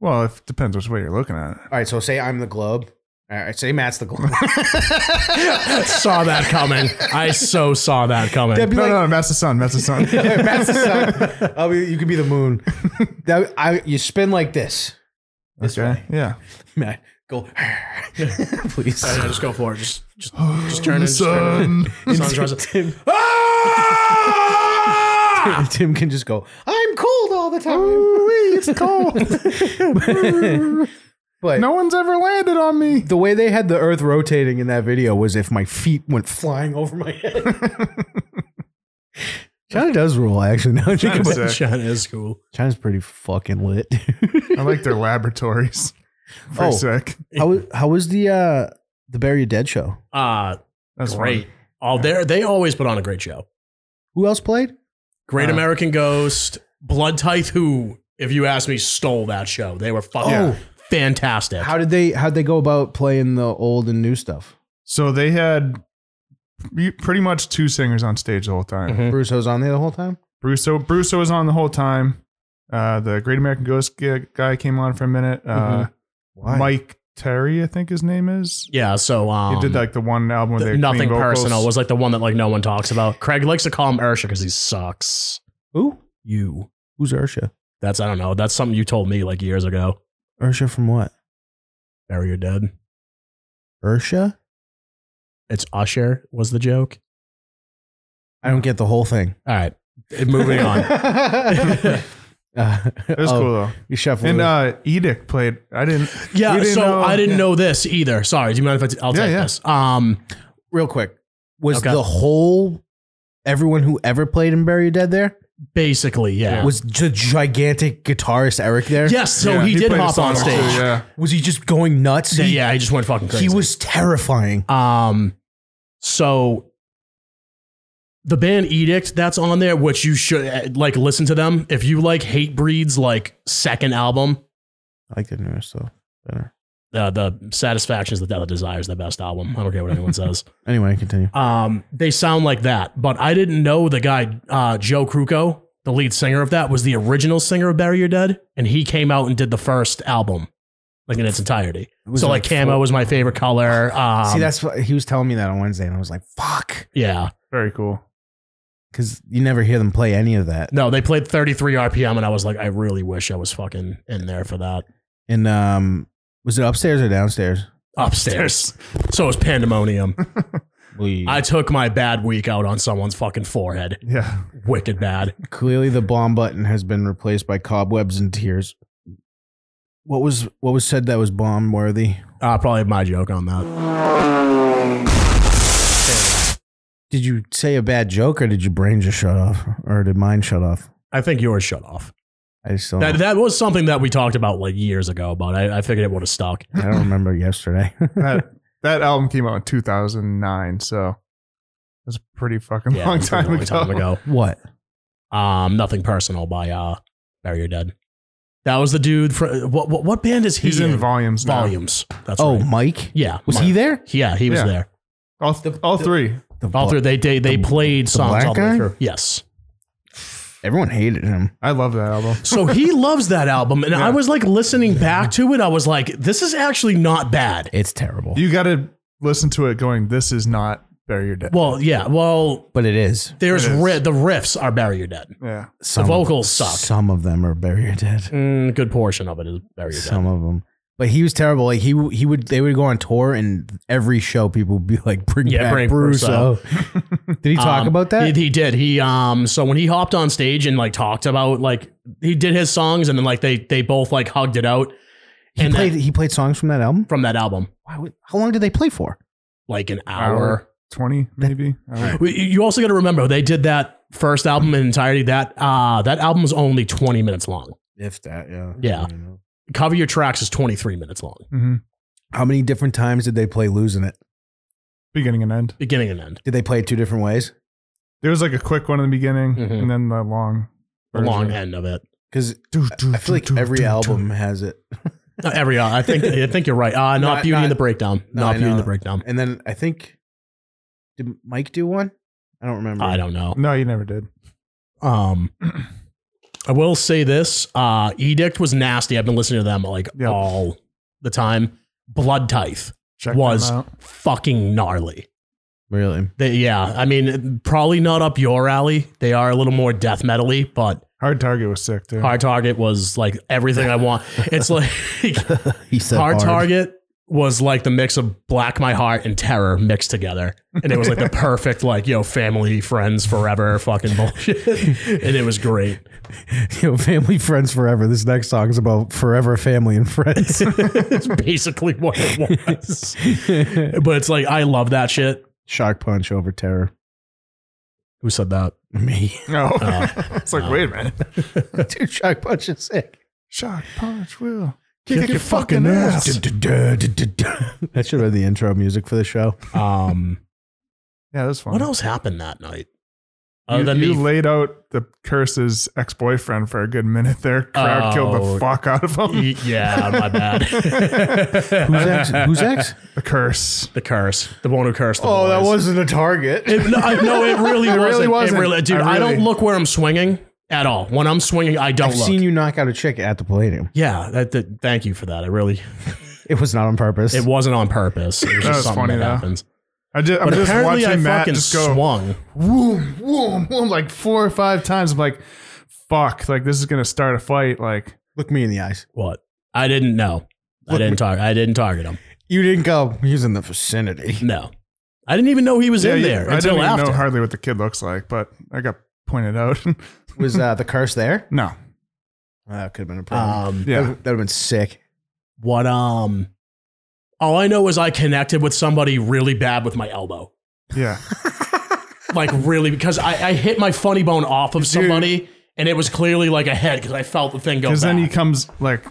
C: Well, it depends which way you're looking at it.
A: All right, so say I'm the globe. All right, say Matt's the globe.
B: saw that coming. I so saw that coming.
A: That'd be
C: No,
A: like,
C: no, no, that's the sun. That's the sun.
A: Matt's the sun. I'll be, you could be the moon. That, I, you spin like this. This
C: okay.
A: way.
C: Yeah.
A: Matt, go. Please.
B: Yeah, just go for it. Just, just, just turn it. Just turn
C: Sun. Ah!
B: it. Sun's rising.
A: Tim, Tim can just go, I'm cold all the time. it's cold. but
C: no one's ever landed on me.
A: the way they had the earth rotating in that video was if my feet went flying over my head. China does rule, actually. Now that you think
C: China's
A: about it.
C: sick.
B: China is cool.
A: China's pretty fucking lit.
C: I like their laboratories for
A: Oh.
C: a sec.
A: how was how was the uh the Bury Your Dead show?
B: Uh,
C: That's
B: great. Oh, they they always put on a great show.
A: Who else played?
B: Great
C: Uh,
B: American Ghost, Blood Tithe, who, if you ask me, stole that show. They were fucking
A: Yeah.
B: fantastic.
A: How did they how they go about playing the old and new stuff?
C: So they had pre- pretty much two singers on stage the whole time.
B: Mhm.
A: Bruce was on there the whole time.
C: Brusso Brusso was on the whole time. Uh, the Great American Ghost g- guy came on for a minute.
B: Mm-hmm.
C: Uh, Mike Terry, I think his name is.
B: yeah, so um,
C: he did like the one album with
B: the
C: their
B: nothing
C: clean vocals.
B: personal was like the one that like no one talks about. Craig likes to call him Ursha because he sucks.
A: Who?
B: You.
A: Who's Ursha?
B: That's I don't know. That's something you told me like years ago.
A: Ursha from what?
B: Bury your dead.
A: Ursha?
B: It's Usher was the joke.
A: I don't get the whole thing.
B: All right, moving on.
A: uh, oh,
C: It
B: Oh.
C: was cool though.
A: You chef
C: And uh, Edict played. I didn't.
B: Yeah,
C: we didn't
B: so
C: know-
B: I didn't
C: yeah.
B: know this either. Sorry. Do you mind if I t- I'll
C: Yeah,
B: take
C: yeah.
B: this? Um,
A: real quick. Was
B: Okay.
A: the whole everyone who ever played in Bury Your Dead there?
B: Basically, yeah.
A: Was the gigantic guitarist Eric there?
B: Yes, so Yeah, he he did played a hop song on or two, stage. yeah.
A: Was he just going nuts?
B: Yeah, yeah, he just went fucking crazy.
A: He was terrifying.
B: Um, so the band Edict that's on there, which you should uh, like listen to them if you like Hate Breed's like second album.
A: I like the newer stuff better.
B: Uh, the Satisfaction is the Death of Desire is the best album. I don't care what anyone says.
A: Anyway, continue.
B: Um, they sound like that, but I didn't know the guy uh, Joe Kruko, the lead singer of that, was the original singer of Bury Your Dead, and he came out and did the first album, like in its entirety.
A: was
B: So like,
A: like
B: camo
A: four-
B: was my favorite color. Um,
A: See, that's what he was telling me that on Wednesday, and I was like, fuck.
B: yeah.
C: Very cool.
A: Because you never hear them play any of that.
B: No, they played 33 RPM, and I was like, I really wish I was fucking in there for that.
A: And um, was it upstairs or downstairs?
B: Upstairs. So it was pandemonium.
A: We,
B: I took my bad week out on someone's fucking forehead.
C: Yeah.
B: Wicked bad.
A: clearly, the bomb button has been replaced by cobwebs and tears. What was what was said that was bomb worthy?
B: Uh, probably my joke on that.
A: Did you say a bad joke, or did your brain just shut off, or did mine shut off?
B: I think yours shut off.
A: I just don't.
B: That that was something that we talked about like years ago, but I, I figured it would have stuck.
A: I don't remember yesterday.
C: That that album came out in 2009, so that's a pretty fucking
B: Yeah,
C: long
B: it was a
C: time,
B: long
C: ago.
B: time ago.
A: what?
B: Um, nothing personal by uh, Bury Your Dead. That was the dude from what, what? What band is he?
C: He's in volumes. Now.
B: Volumes. That's
A: Oh,
B: right.
A: Mike
B: Yeah,
A: was
B: Mark.
A: he there?
B: Yeah, he was
C: Yeah.
B: there.
C: All, all three.
A: The
B: All through they they, they played songs
A: black
B: all the way
A: guy?
B: through. Yes.
A: Everyone hated him.
C: I love that album.
B: So he loves that album, and I was like listening back to it. I was like, this is actually not bad.
A: It's terrible,
C: You got to listen to it going, this is not Bury Your Dead.
B: Well, yeah. Well,
A: but it is.
B: there's
C: It is.
B: ri- the riffs are Bury Your Dead.
C: yeah.
A: Some of-
B: vocals suck.
A: Some of them are buried dead.
B: Mm, good portion of it is Bury Your Dead.
A: Some of them. But he was terrible. Like he he would they would go on tour and every show people would be like bring
B: Yeah,
A: back
B: bring
A: Bruce.
B: Bruce
A: Did he talk
B: Um,
A: about that?
B: He, he did. He um. So when he hopped on stage and like talked about like he did his songs, and then like they they both like hugged it out.
A: He
B: and
A: played
B: that-
A: he played songs from that album.
B: from that album,
A: Why would, how long did they play for?
B: like an hour.
C: Hour. 20, maybe? I don't know.
B: We- You also got to remember they did that first album in entirety. That uh that album was only twenty minutes long.
A: If that, yeah.
B: Yeah. Cover Your Tracks is twenty three minutes long,
C: Mhm.
A: How many different times did they play losing it?
C: Beginning and end.
B: beginning and end.
A: Did they play it two different ways?
C: There was like a quick one in the beginning
B: Mhm.
C: and then the long.
B: The long
C: version.
B: end of it.
A: Because
C: Do, do,
A: I feel like
C: do, do,
A: every
C: do.
A: album has it.
B: Uh, Every uh, I think I think you're right. Uh, not,
A: Not-
B: Beauty
A: not-
B: and the Breakdown.
A: No, I
B: not Beauty
A: know.
B: and the Breakdown.
A: And then I think did Mike do one? I don't remember.
B: I don't know.
C: No, you never did.
B: Um, I will say this: uh, Edict was nasty. I've been listening to them like
C: Yep.
B: all the time. Blood Tithe
C: Check
B: was
C: them out.
B: fucking gnarly.
A: really.
B: They, yeah, I mean, probably not up your alley. They are a little more death metally, but
C: Hard Target was sick, too.
B: Hard Target was like everything I want. It's like
A: he said
B: Hard Target was like the mix of Black My Heart and Terror mixed together, and it was like the perfect like yo family friends forever fucking bullshit, and it was great.
A: you know, family friends forever. This next song is about forever family and friends.
B: It's basically what it was. but it's like I love that shit.
A: Shock punch over terror.
B: Who said that?
A: Me,
C: No.
B: Oh.
C: it's like,
B: Oh.
C: wait a minute.
A: dude. Shock punch is sick.
C: Shock, punch, will.
B: Kick your fucking ass.
A: That should have been the intro music for the show.
B: Um,
C: Yeah, that's fun.
B: what Oh, else happened that night? Uh, Other
C: You,
B: than
C: you
B: me,
C: laid out the curse's ex boyfriend for a good minute there. Crowd killed
B: Oh.
C: the fuck out of him.
B: Y- yeah, my bad.
A: Who's ex? Who's ex?
C: The curse.
B: The curse, the one who cursed. The
A: Oh,
B: boys.
A: wasn't a target.
B: It, no, I- no, it really
C: It
B: wasn't.
C: really wasn't.
B: It really, dude,
C: I
B: I, don't
C: really-
B: look where I'm swinging at all. When I'm swinging, I don't
A: I've
B: look.
A: seen you knock out a chick at the Palladium.
B: yeah, that, that- thank you for that. I really,
A: It was not on purpose.
B: it wasn't on purpose. It was
C: That
B: just
C: was
B: something
C: funny,
B: that
C: though.
B: happens.
C: I just, I'm
B: But
C: just
B: apparently,
C: watching
B: I
C: Matt
B: fucking
C: just go
B: swung.
C: whoom, whoom, whoom, like four or five times. I'm like, fuck, like this is gonna start a fight. Like,
A: Look me in the eyes.
B: What? I didn't know. I didn't target. I didn't target him.
A: You didn't go. He was in the vicinity.
B: No, I didn't even know he was
C: yeah,
B: in
C: you-
B: there
C: I
B: until
C: don't even
B: after.
C: know hardly what the kid looks like, but I got pointed out.
A: Was uh, the curse there?
C: no,
A: Oh, that could have been a problem.
B: um,
C: yeah.
A: That would have been sick.
B: what? Um, all I know is I connected with somebody really bad with my elbow.
C: yeah.
B: like really because I, I hit my funny bone off of somebody and it was clearly like a head because I felt the thing go back.
C: Because then he comes like,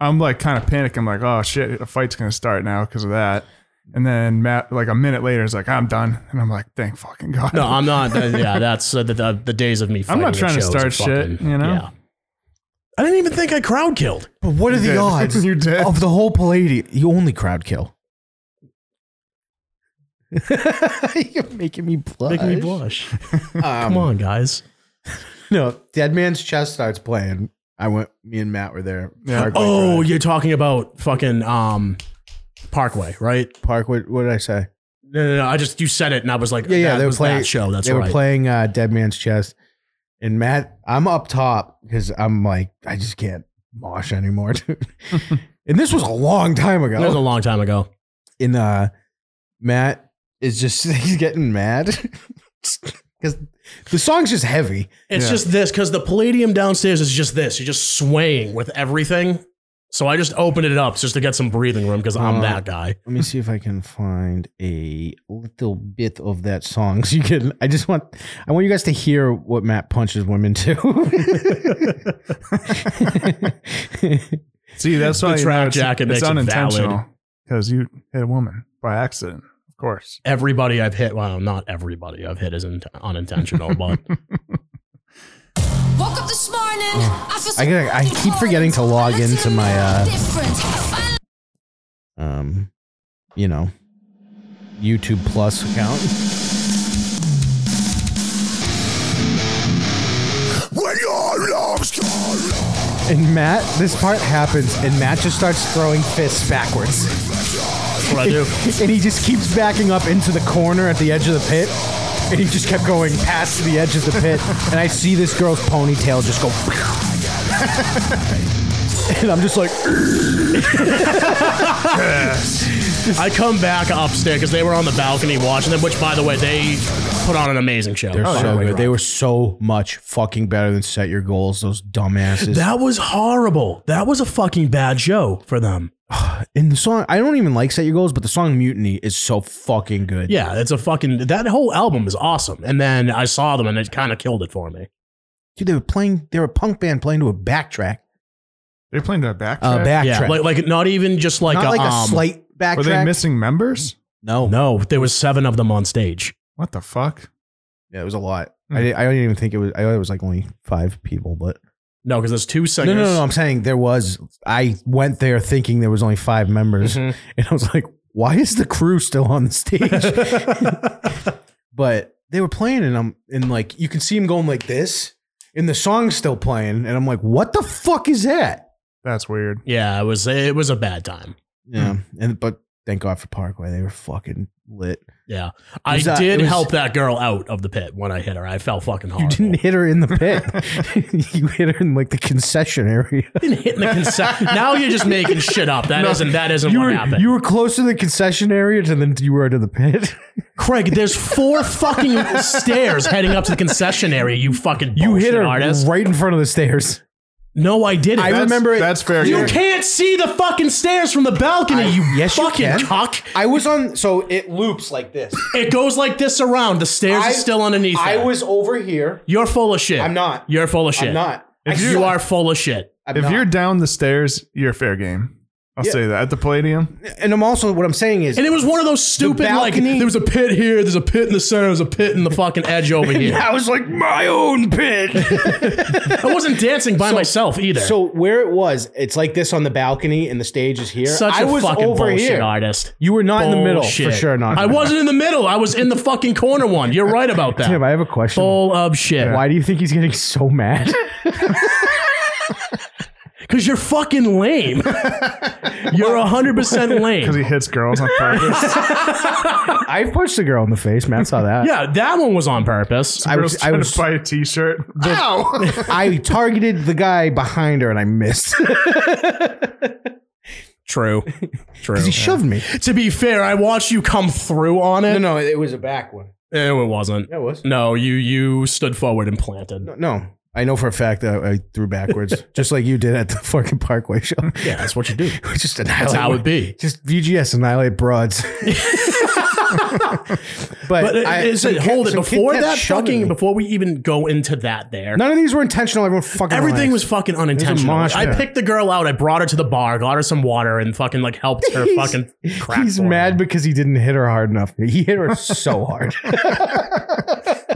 C: I'm like kind of panicking, like, oh shit, a fight's gonna start now because of that. And then Matt, like a minute later, is like, I'm done, and I'm like, thank fucking god.
B: no, I'm not. that- yeah, that's uh, the, the the days of me.
C: I'm
B: fighting
C: not
B: at
C: trying to
B: shows
C: start
B: and
C: shit,
B: fucking-
C: you know.
B: yeah. I didn't even think I crowd killed.
A: But what are
C: You
A: the
C: did.
A: odds
C: You did.
A: of the whole Palladium? You only crowd kill. You're making me blush. Um,
B: Making me blush. Come on, guys.
A: No, Dead Man's Chest starts playing. I went. Me and Matt were there.
C: Yeah.
A: Parkway
C: uh,
B: Oh,
A: Drive.
B: you're talking about fucking um, Parkway, right?
A: Park. What, what did I say?
B: No, no, no. I just you said it, and I was like,
A: Yeah, yeah.
B: that
A: they were
B: was
A: playing
B: that show. That's
A: they
B: right.
A: were playing uh, Dead Man's Chest, and Matt. I'm up top because I'm like I just can't mosh anymore, dude. and this was a long time ago.
B: that was a long time ago.
A: and uh Matt is just he's getting mad because the song's just heavy.
B: It's
C: Yeah.
B: just this because the Palladium downstairs is just this. You're just swaying with everything. So I just opened it up just to get some breathing room because I'm
A: Uh,
B: that guy.
A: Let me see if I can find a little bit of that song. So you can. I just want. I want you guys to hear what Matt punches women to.
C: See, that's
B: The
C: why you know,
B: track
C: it's-
B: jacket
C: it's
B: makes it
C: unintentional
B: valid.
C: because you hit a woman by accident, of course.
B: Everybody I've hit, well, not everybody I've hit is in, unintentional, but
I: Woke up this morning. I, feel so
A: I gotta- I keep forgetting to log into my, uh,
I: Different.
A: um, you know, YouTube Plus account.
E: When your love's gone,
A: And Matt, this part happens, and Matt just starts throwing fists backwards.
B: that's what I do.
A: and he just keeps backing up into the corner at the edge of the pit. And he just kept going past the edge of the pit. And I see this girl's ponytail just go. and I'm just like,
B: I come back upstairs because they were on the balcony watching them, which, by the way, they put on an amazing show.
A: they're
B: By the
A: so
B: way.
A: good. They were so much fucking better than Set Your Goals, those dumbasses.
B: That was horrible. That was a fucking bad show for them.
A: and the song, I don't even like Set Your Goals, but the song Mutiny is so fucking good.
B: Yeah, it's a fucking that whole album is awesome. And then I saw them and it kind of killed it for me.
A: Dude, they were playing, they were a punk band playing to a backtrack.
C: They're playing that backtrack.
A: A backtrack.
B: Yeah, like, like not even just like
A: Not
B: a,
A: like a
B: um,
A: slight backtrack.
C: Were they missing members?
A: No.
B: No, there was seven of them on stage.
C: What the fuck?
A: Yeah, it was a lot.
C: Hmm.
A: I, didn't- I don't even think it was, I thought it was like only five people, but.
B: No, because there's two
A: No,
B: singers.
A: no, no, I'm saying there was. I went there thinking there was only five members,
B: Mhm.
A: and I was like, "Why is the crew still on the stage?" but they were playing, and I'm and like you can see him going like this, and the song's still playing, and I'm like, "What the fuck is that?"
C: That's weird.
B: Yeah, it was it was a bad time.
A: Yeah, Hmm. and but thank God for Parkway, they were fucking lit.
B: Yeah,
A: It
B: I
A: was, uh,
B: did
A: it was-
B: help that girl out of the pit when I hit her. I felt fucking
A: You
B: horrible.
A: didn't hit her in the pit. you hit her in like the concession area.
B: I didn't hit in the conce- now you're just making shit up. That not that isn't
A: You
B: what
A: were
B: happened.
A: you were closer to the concession area to- than you were to the pit.
B: Craig, there's four fucking stairs heading up to the concession area. You fucking
A: You hit her
B: artist.
A: right in front of the stairs.
B: No, I didn't.
A: I remember it.
C: That's fair.
B: You
C: game.
B: can't see the fucking stairs from the balcony, you
A: yes, you
B: fucking
A: can.
B: cock.
A: I was on. So it loops like this.
B: It goes like this around. The stairs
A: I-
B: is still underneath.
A: I
B: it.
A: was over here.
B: You're full of shit.
A: I'm not.
B: You're full of shit.
A: I'm not.
B: If
A: I
B: you
A: saw-
B: are full of shit.
A: I'm
C: if
A: not.
C: you're down the stairs, you're fair game. I'll
A: Yeah.
C: say that at the Palladium.
A: and I'm also what I'm saying is,
B: And it was one of those stupid like
A: balcony-
B: there was a pit here, there's a pit in the center, there's a pit in the fucking edge over here.
A: I was like my own pit.
B: I wasn't dancing by myself either.
A: so where it was, it's like this on the balcony, and the stage is here.
B: Such
A: I
B: a
A: was
B: fucking
A: over
B: bullshit
A: here.
B: artist.
A: You were not in the middle
B: Bullshit.
A: for sure. Not. in
B: I
A: the middle.
B: wasn't in the middle. I was in the fucking corner one. You're right about that.
A: Tim, I have a question.
B: Full of shit.
A: Why do you think he's getting so mad?
B: Because you're fucking lame. you're hundred percent
C: Because
B: lame.
C: he hits girls on purpose.
A: I punched a girl in the face. Matt saw that.
B: Yeah, that one was on purpose.
A: I
C: girls
A: was. I
C: trying
A: was.
C: to buy a t-shirt. Ow!
A: I targeted the guy behind her, and I missed
B: True. True.
A: because he shoved me.
B: to be fair, I watched you come through on it.
A: no, it was a back one.
B: Eh, it wasn't.
A: That was.
B: No, you you stood forward and planted.
A: No, no. I know for a fact that I threw backwards, just like you did at the fucking Parkway show.
B: Yeah, that's what you do.
A: just
B: That's
A: annihilate.
B: how it be.
A: Just VGS annihilate broads. But,
B: But uh,
A: I-
B: is
A: some
B: it
A: kid-
B: hold it
A: some kid
B: before
A: kept
B: that
A: shoving
B: fucking
A: me.
B: before we even go into that there?
A: None of these were intentional. Everyone fucking.
B: Everything
A: relaxed.
B: was fucking unintentional.
A: mosh
B: I
A: pit.
B: picked the girl out. I brought her to the bar, got her some water, and fucking like helped her
A: He's-
B: fucking crack.
A: He's
B: for it.
A: mad because he didn't hit her hard enough. He hit her so hard.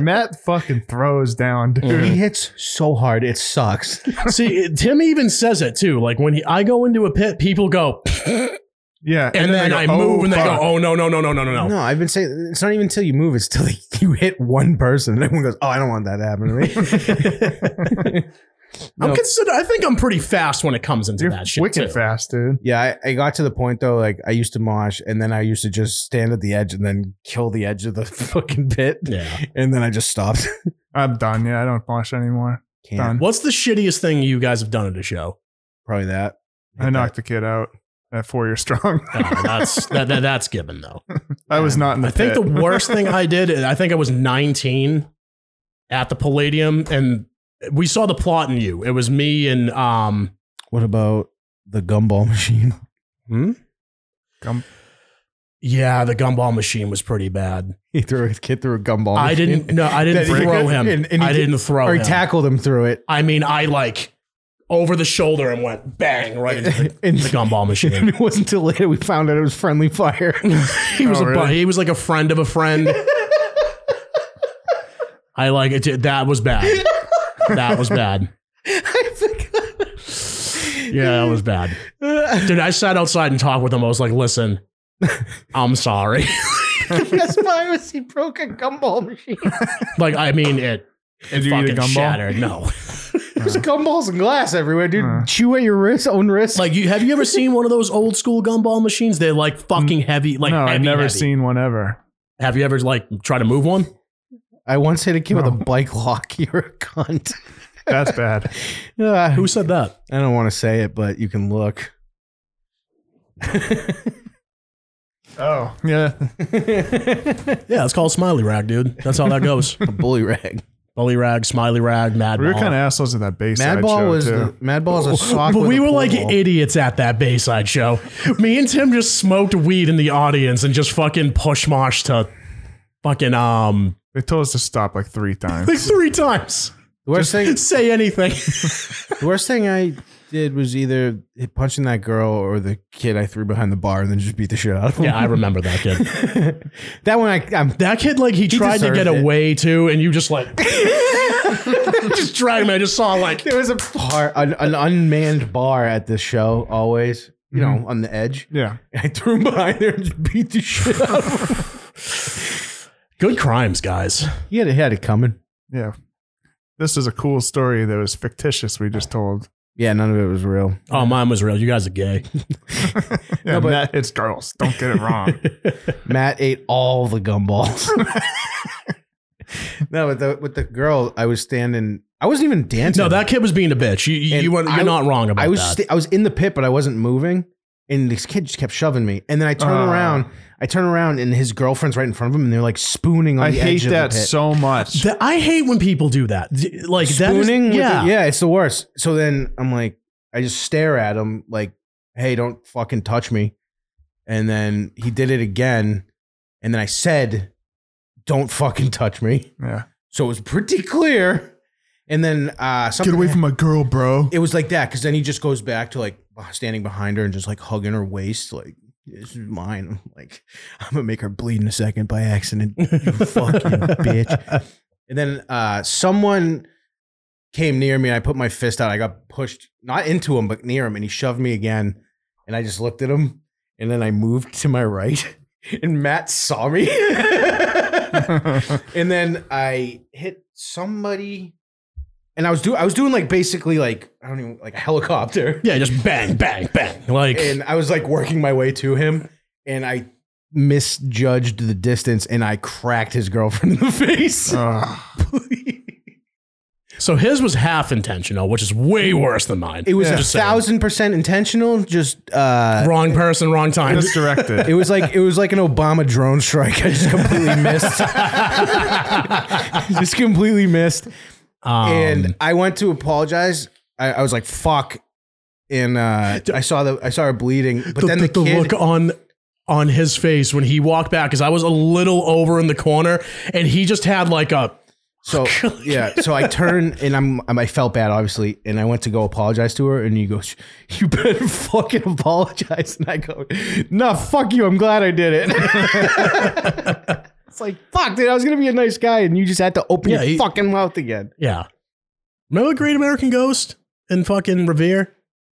C: Matt fucking throws down, dude.
A: he hits so hard, it sucks.
B: See, Tim even says it too. Like when he, I go into a pit, people go, and,
C: Yeah,
B: then, I
C: they go,
B: move,
C: "Oh,
B: and they go,
C: fuck."
B: "Oh no, no, no, no, no, no, no."
A: No, I've been saying it's not even until you move; it's till you hit one person, and everyone goes, "Oh, I don't want that to happen to me."
B: I'm
A: No.
B: consider. I think I'm pretty fast when it comes into
C: You're
B: that shit
C: wicked
B: too.
C: fast, dude.
A: yeah, I, I got to the point though. Like I used to mosh, and then I used to just stand at the edge and then kill the edge of the fucking pit,
B: Yeah.
A: and then I just stopped.
C: I'm done. Yeah, I don't watch anymore.
A: Can't
C: Done.
B: What's the shittiest thing you guys have done at a show?
A: probably that.
C: I knocked the kid out at four year strong.
B: Oh, that's that, that, that's given though.
C: I was not in the
B: I think the
C: pit.
B: worst thing I did, I think I was 19 at the Palladium, and we saw the plot in you. It was me and um.
A: What about the gumball machine?
B: Yeah, the gumball machine was pretty bad.
A: He threw a kid through a gumball.
B: I
A: machine.
B: didn't. No, I didn't
A: That he
B: throw
A: could-
B: him.
A: and- and he
B: I
A: did-
B: didn't throw
A: or he
B: him.
A: tackled him through it.
B: I mean, I like over the shoulder and went bang right into the,
A: And-
B: the gumball
A: And
B: machine.
A: it wasn't until later we found out it was friendly fire.
B: He was
C: Oh,
B: a bu-
C: really?
B: he was like a friend of a friend. I like it. did- That was bad. That was bad. Yeah, that was bad. Dude, I sat outside and talked with him. I was like, listen, I'm sorry.
A: That's why was he broke a gumball machine.
B: Like, I mean, it, it
C: Did you eat a
B: fucking
C: gumball?
B: shattered. No.
A: There's gumballs and glass everywhere, dude.
C: Uh.
A: Chew at your wrist, own wrist.
B: Like, you have you ever seen one of those old school gumball machines? They're like fucking heavy. Like,
C: Mm. no, I've
B: heavy,
C: never
B: heavy.
C: seen one ever.
B: Have you ever like tried to move one?
A: I once hit a kid
B: Oh.
A: with a bike lock. You're a cunt.
C: That's bad.
A: Yeah,
B: Who said that?
A: I don't want to say it, but you can look.
C: oh, yeah.
B: Yeah, it's called Smiley Rag, dude. That's how that goes.
A: A bully rag.
B: Bully Rag, Smiley Rag, Mad
C: We were
B: Ball.
C: kind of assholes at that base.
A: Madball was the, Madball's a sock.
B: but
A: with
B: we
A: a
B: were like
A: pole.
B: idiots at that Bayside show. Me and Tim just smoked weed in the audience and just fucking push mosh to fucking um
C: They told us to stop like three
B: like
C: times.
B: three times.
A: The worst thing.
B: Say anything.
A: The worst thing I did was either punching that girl or the kid I threw behind the bar and then just beat the shit out of him.
B: yeah, I remember that kid.
A: that one I, I'm
B: That kid, like, he, tried to
A: deserved
B: get
A: it.
B: away too, and you just like just dragged me. I just saw like
A: There was a bar, an, an unmanned bar at this show, always, you
B: Mm-hmm.
A: know, on the edge.
C: yeah.
A: I threw him behind there and just beat the shit out of him.
B: good crimes, guys.
A: He had, he had it coming.
C: Yeah. This is a cool story that was fictitious we just told.
A: Yeah, none of it was real.
B: Oh, mine was real. You guys are gay.
C: Yeah,
A: but-
C: Matt hits girls. Don't get it wrong.
A: Matt ate all the gumballs. no, but the, with the girl, I was standing, I wasn't even dancing.
B: No, that kid was being a bitch. You, you,
A: And
B: you were, you're
A: I-
B: not wrong about
A: I was
B: that.
A: sta- I was in the pit, but I wasn't moving. And this kid just kept shoving me. And then I turn
C: Ah.
A: around, I turn around, and his girlfriend's right in front of him, and they're like spooning on
C: I
A: the
C: hate
A: edge
C: that
A: of the pit.
C: so much.
B: That- I hate when people do that. D- Like
A: spooning.
B: That
A: with
B: is,
A: the-
B: yeah.
A: yeah, it's the worst. So then I'm like, I just stare at him like, hey, don't fucking touch me. And then he did it again, and then I said, don't fucking touch me.
C: yeah.
A: So it was pretty clear. And then uh, something
C: Get away from my girl, bro.
A: it was like that because then he just goes back to like standing behind her and just like hugging her waist like this is mine I'm like i'm gonna make her bleed in a second by accident you fucking bitch and then uh someone came near me i put my fist out i got pushed not into him but near him and he shoved me again and i just looked at him and then i moved to my right and matt saw me and then I hit somebody, and I was do I was doing like basically like I don't even like a helicopter,
B: Yeah, just bang, bang, bang. Like
A: and I was like working my way to him, and I misjudged the distance, and I cracked his girlfriend in the face.
C: Ugh.
B: so, his was half intentional, which is way worse than mine.
A: It was
B: Yeah.
A: a
B: Just saying.
A: thousand percent intentional. Just uh,
B: wrong person, wrong time.
C: Misdirected.
A: it was like it was like an Obama drone strike. I just completely missed. just completely missed.
B: Um,
A: and I went to apologize. I, I was like, "Fuck," and uh, I saw the I saw her bleeding. But
B: the,
A: then
B: the,
A: the,
B: the
A: kid,
B: look on on his face when he walked back because I was a little over in the corner and he just had like a
A: So yeah, so I turn and I'm I'm- I felt bad obviously, and I went to go apologize to her, and you go, you better fucking apologize, and I go, nah, fuck you, I'm glad I did it. it's like fuck, dude, I was gonna be a nice guy, and you just had to open
B: Yeah,
A: your
B: he-
A: fucking mouth again.
B: yeah. Remember Great American Ghost and fucking Revere?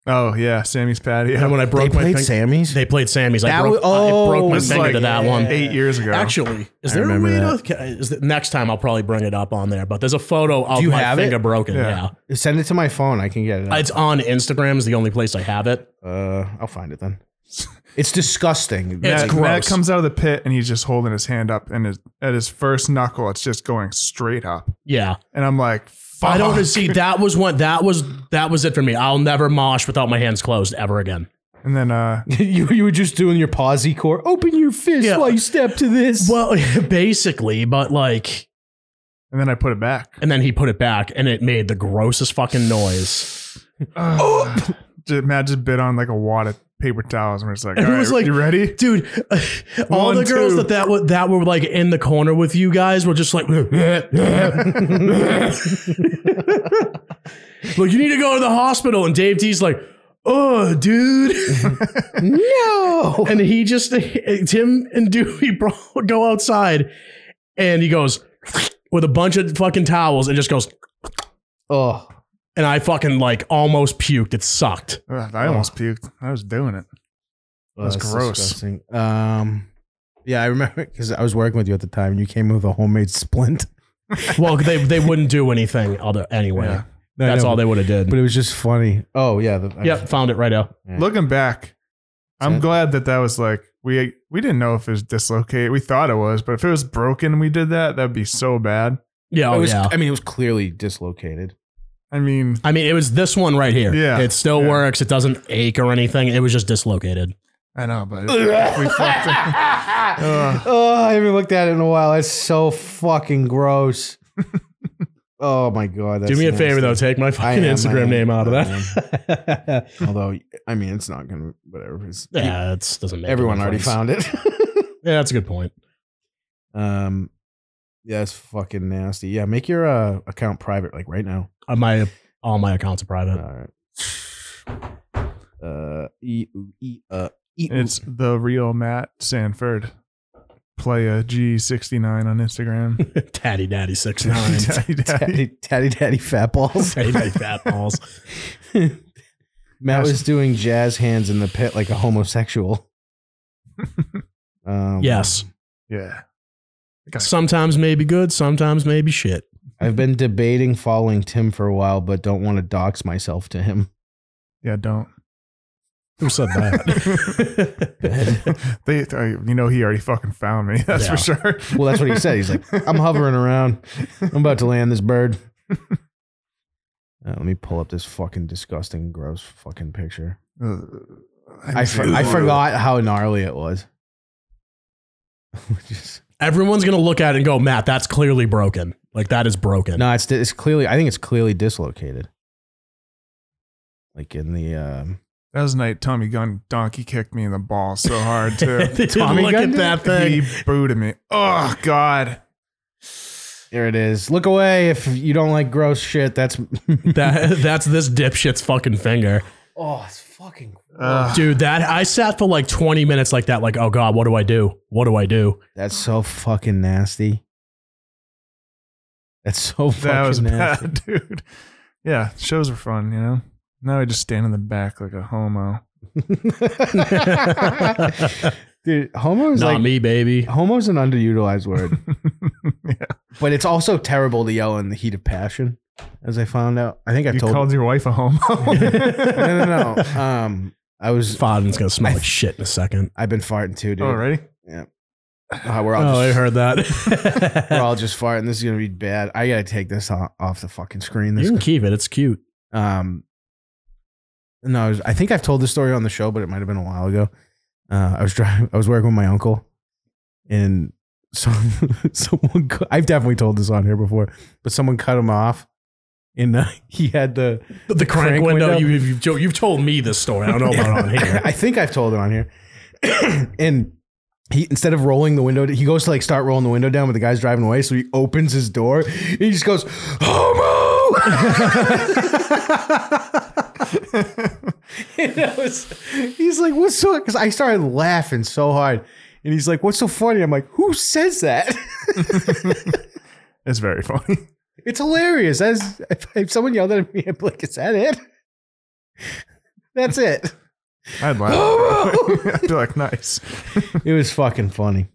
C: Oh yeah, Sammy's patio.
B: And when I broke
A: They
B: my
A: played
B: fing-
A: Sammy's.
B: they played Sammy's. I
A: That
B: broke,
A: was-
B: I
A: oh,
B: broke my
A: it's
B: finger
A: like
B: to that
A: yeah.
B: one.
C: eight years ago.
B: Actually, is
A: I
B: there a
A: remember
B: way
A: that.
B: to? ca- Is the, next time I'll probably bring it up on there. But there's a photo of
A: Do you
B: my
A: have
B: finger
A: it?
B: broken.
C: Yeah.
B: Yeah.
A: Send it to my phone, I can get it. out.
B: it's on Instagram. Is the only place I have it.
A: Uh, I'll find it then. It's disgusting.
B: It's
A: Like,
C: Matt, Matt
B: gross.
C: comes out of the pit and he's just holding his hand up, and his, at his first knuckle, it's just going straight up.
B: Yeah.
C: And I'm like, Fuck.
B: I don't see that was one that was that was it for me. I'll never mosh without my hands closed ever again.
C: And then uh,
A: you you were just doing your posy core. Open your fist
B: Yeah.
A: while you step to this.
B: Well, basically, but like
C: and then I put it back.
B: and then he put it back and it made the grossest fucking noise.
C: Ugh. Just- Matt just bit on like a wad of paper towels, and we're just like,
B: And
C: all
B: it was
C: right,
B: like-
C: you ready?
B: Dude, all
C: One,
B: the girls
C: two.
B: that that were, that were like in the corner with you guys were just like Look, you need to go to the hospital and Dave D's like, "Oh, dude."
A: no.
B: and he just Tim and Dewey bro, go outside, and he goes with a bunch of fucking towels and just goes.
A: Oh.
B: And I fucking like almost puked. It sucked.
C: Ugh, I almost puked. I was doing it.
A: Well,
C: That's gross.
A: disgusting. Um, yeah, I remember because I was working with you at the time, and you came with a homemade splint.
B: Well, they they wouldn't do anything other anyway.
C: Yeah.
A: No,
B: That's
A: no,
B: all they would have did.
A: But it was just funny. Oh yeah, the, I-
B: yep, found it right now.
A: Yeah.
C: Looking back, I'm
A: it.
C: glad that that was like we we didn't know if it was dislocated. We thought it was, but if it was broken, and we did that. That'd be so bad.
B: Yeah,
A: it
B: oh,
A: was,
B: yeah.
A: I mean, it was clearly dislocated.
C: I mean,
B: I mean, it was this one right here.
C: Yeah.
B: it still
C: Yeah.
B: works. It doesn't ache or anything. It was just dislocated.
C: I know, but if we fucked it. Ugh.
A: Oh, I haven't looked at it in a while. That's so fucking gross. oh my god. That's
B: do me a favor though.
A: nasty.
B: Take my
A: I
B: fucking
A: am, I
B: Instagram
A: am,
B: name out of
A: I
B: that.
A: am. Although, I mean, it's not gonna. Whatever. It's,
B: yeah, it doesn't make
A: everyone
B: any
A: already
B: difference.
A: found it.
B: Yeah, that's a good point.
A: um, yeah, that's fucking nasty. Yeah, make your uh, account private, like right now.
B: Uh, my all my accounts are private.
A: All right. Uh, e, e, uh, e,
C: It's the real Matt Sanford. Play a G69 on Instagram.
B: Taddy Daddy six nine.
C: Daddy, daddy.
A: tatty, tatty, daddy, fat balls.
B: Taddy Daddy Fat Balls.
A: Matt was doing jazz hands in the pit like a homosexual. um,
B: Yes.
C: Yeah.
B: Sometimes may be good, sometimes may be shit.
A: I've been debating following Tim for a while, but don't want to dox myself to him.
C: Yeah, don't.
B: Who said that?
C: They, I- you know, he already fucking found me. That's
B: Yeah.
C: for sure.
A: Well, that's what he said. He's like, I'm hovering around. I'm about to land this bird. Uh, let me pull up this fucking disgusting, gross fucking picture.
C: Uh,
A: I, for- I forgot how gnarly it was. Just-
B: Everyone's gonna look at it and go, Matt, that's clearly broken. Like that is broken.
A: no, it's it's clearly. I think it's clearly dislocated. Like in the um,
C: That was the night Tommy Gun donkey kicked me in the ball so hard too.
B: Tommy look
A: Gunn
B: at that
C: he
B: thing.
C: booted me. Oh God.
A: there it is. Look away if you don't like gross shit. That's
B: That, that's this dipshit's fucking finger.
A: oh, it's fucking.
C: Ugh.
B: Dude, that I sat for like 20 minutes like that, like, oh God, what do I do? What do I do?
A: That's so fucking nasty. That's so fucking
C: that was
A: nasty.
C: bad, dude. Yeah, shows were fun, you know. Now I just stand in the back like a homo.
A: Dude, homo is
B: Not
A: like
B: me, baby.
A: homo's an underutilized word,
C: yeah.
A: but it's also terrible to yell in the heat of passion, as I found out. I think I've
C: You
A: told
C: called your wife a homo.
A: no, no, no. Um, I was.
B: Fodden's gonna smell
A: I-
B: like shit in a second.
A: I've been farting too, dude.
C: Already?
A: Uh, we're all
B: Oh, I
A: just,
B: heard
A: we're
B: that.
A: all just farting. This is gonna be bad. I gotta take this o- off the fucking screen.
B: you
A: This
B: can keep it. It's cute.
A: um, no, I, was- I think I've told this story on the show, but it might have been a while ago. Uh, I was driving. I was working with my uncle, and some someone. cu- I've definitely told this on here before, but someone cut him off, and uh, he had the.
B: The crank,
A: Crank
B: window.
A: window.
B: You, you've, you've told me this story. I don't know about it on here.
A: I think I've told it on here. and he instead of rolling the window, he goes to like start rolling the window down, but the guy's driving away. So he opens his door. And he just goes, And I was- he's like, "What's so?" Because I started laughing so hard, and he's like, "What's so funny?" I'm like, "Who says that?"
C: It's very funny.
A: It's hilarious. As if, if someone yelled at me, I'm like, "Is that it?" That's it.
C: I'd laugh. I'd be like, nice.
A: It was fucking funny.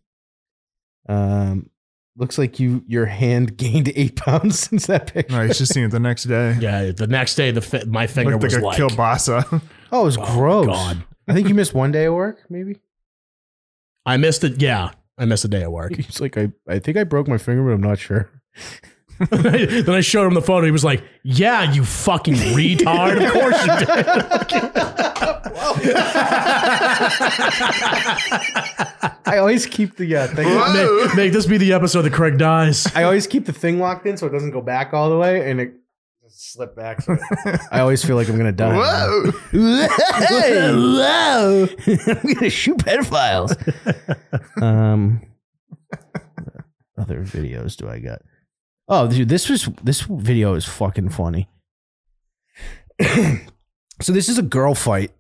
A: Um, looks like you your hand gained eight pounds since that picture.
C: No, you should see it the next day.
B: Yeah, the next day the fi- my finger
C: Looked
B: was
C: like a
B: like
C: kielbasa.
A: Oh, it was
B: Oh,
A: gross.
B: God.
A: I think you missed one day at work, maybe.
B: I missed it. Yeah, I missed a day at work.
A: It's like I, I think I broke my finger, but I'm not sure.
B: then I showed him the photo. He was like, "Yeah, you fucking retard. Of course you did."
A: I always keep the uh, thing.
B: make, make this be the episode that Craig dies.
A: I always keep the thing locked in so it doesn't go back all the way, and it just slip back. So I always feel like I'm gonna die.
C: Whoa.
A: Whoa! I'm gonna shoot pedophiles. um, other videos do I got? Oh, dude, this was this video is fucking funny. so this is a girl fight.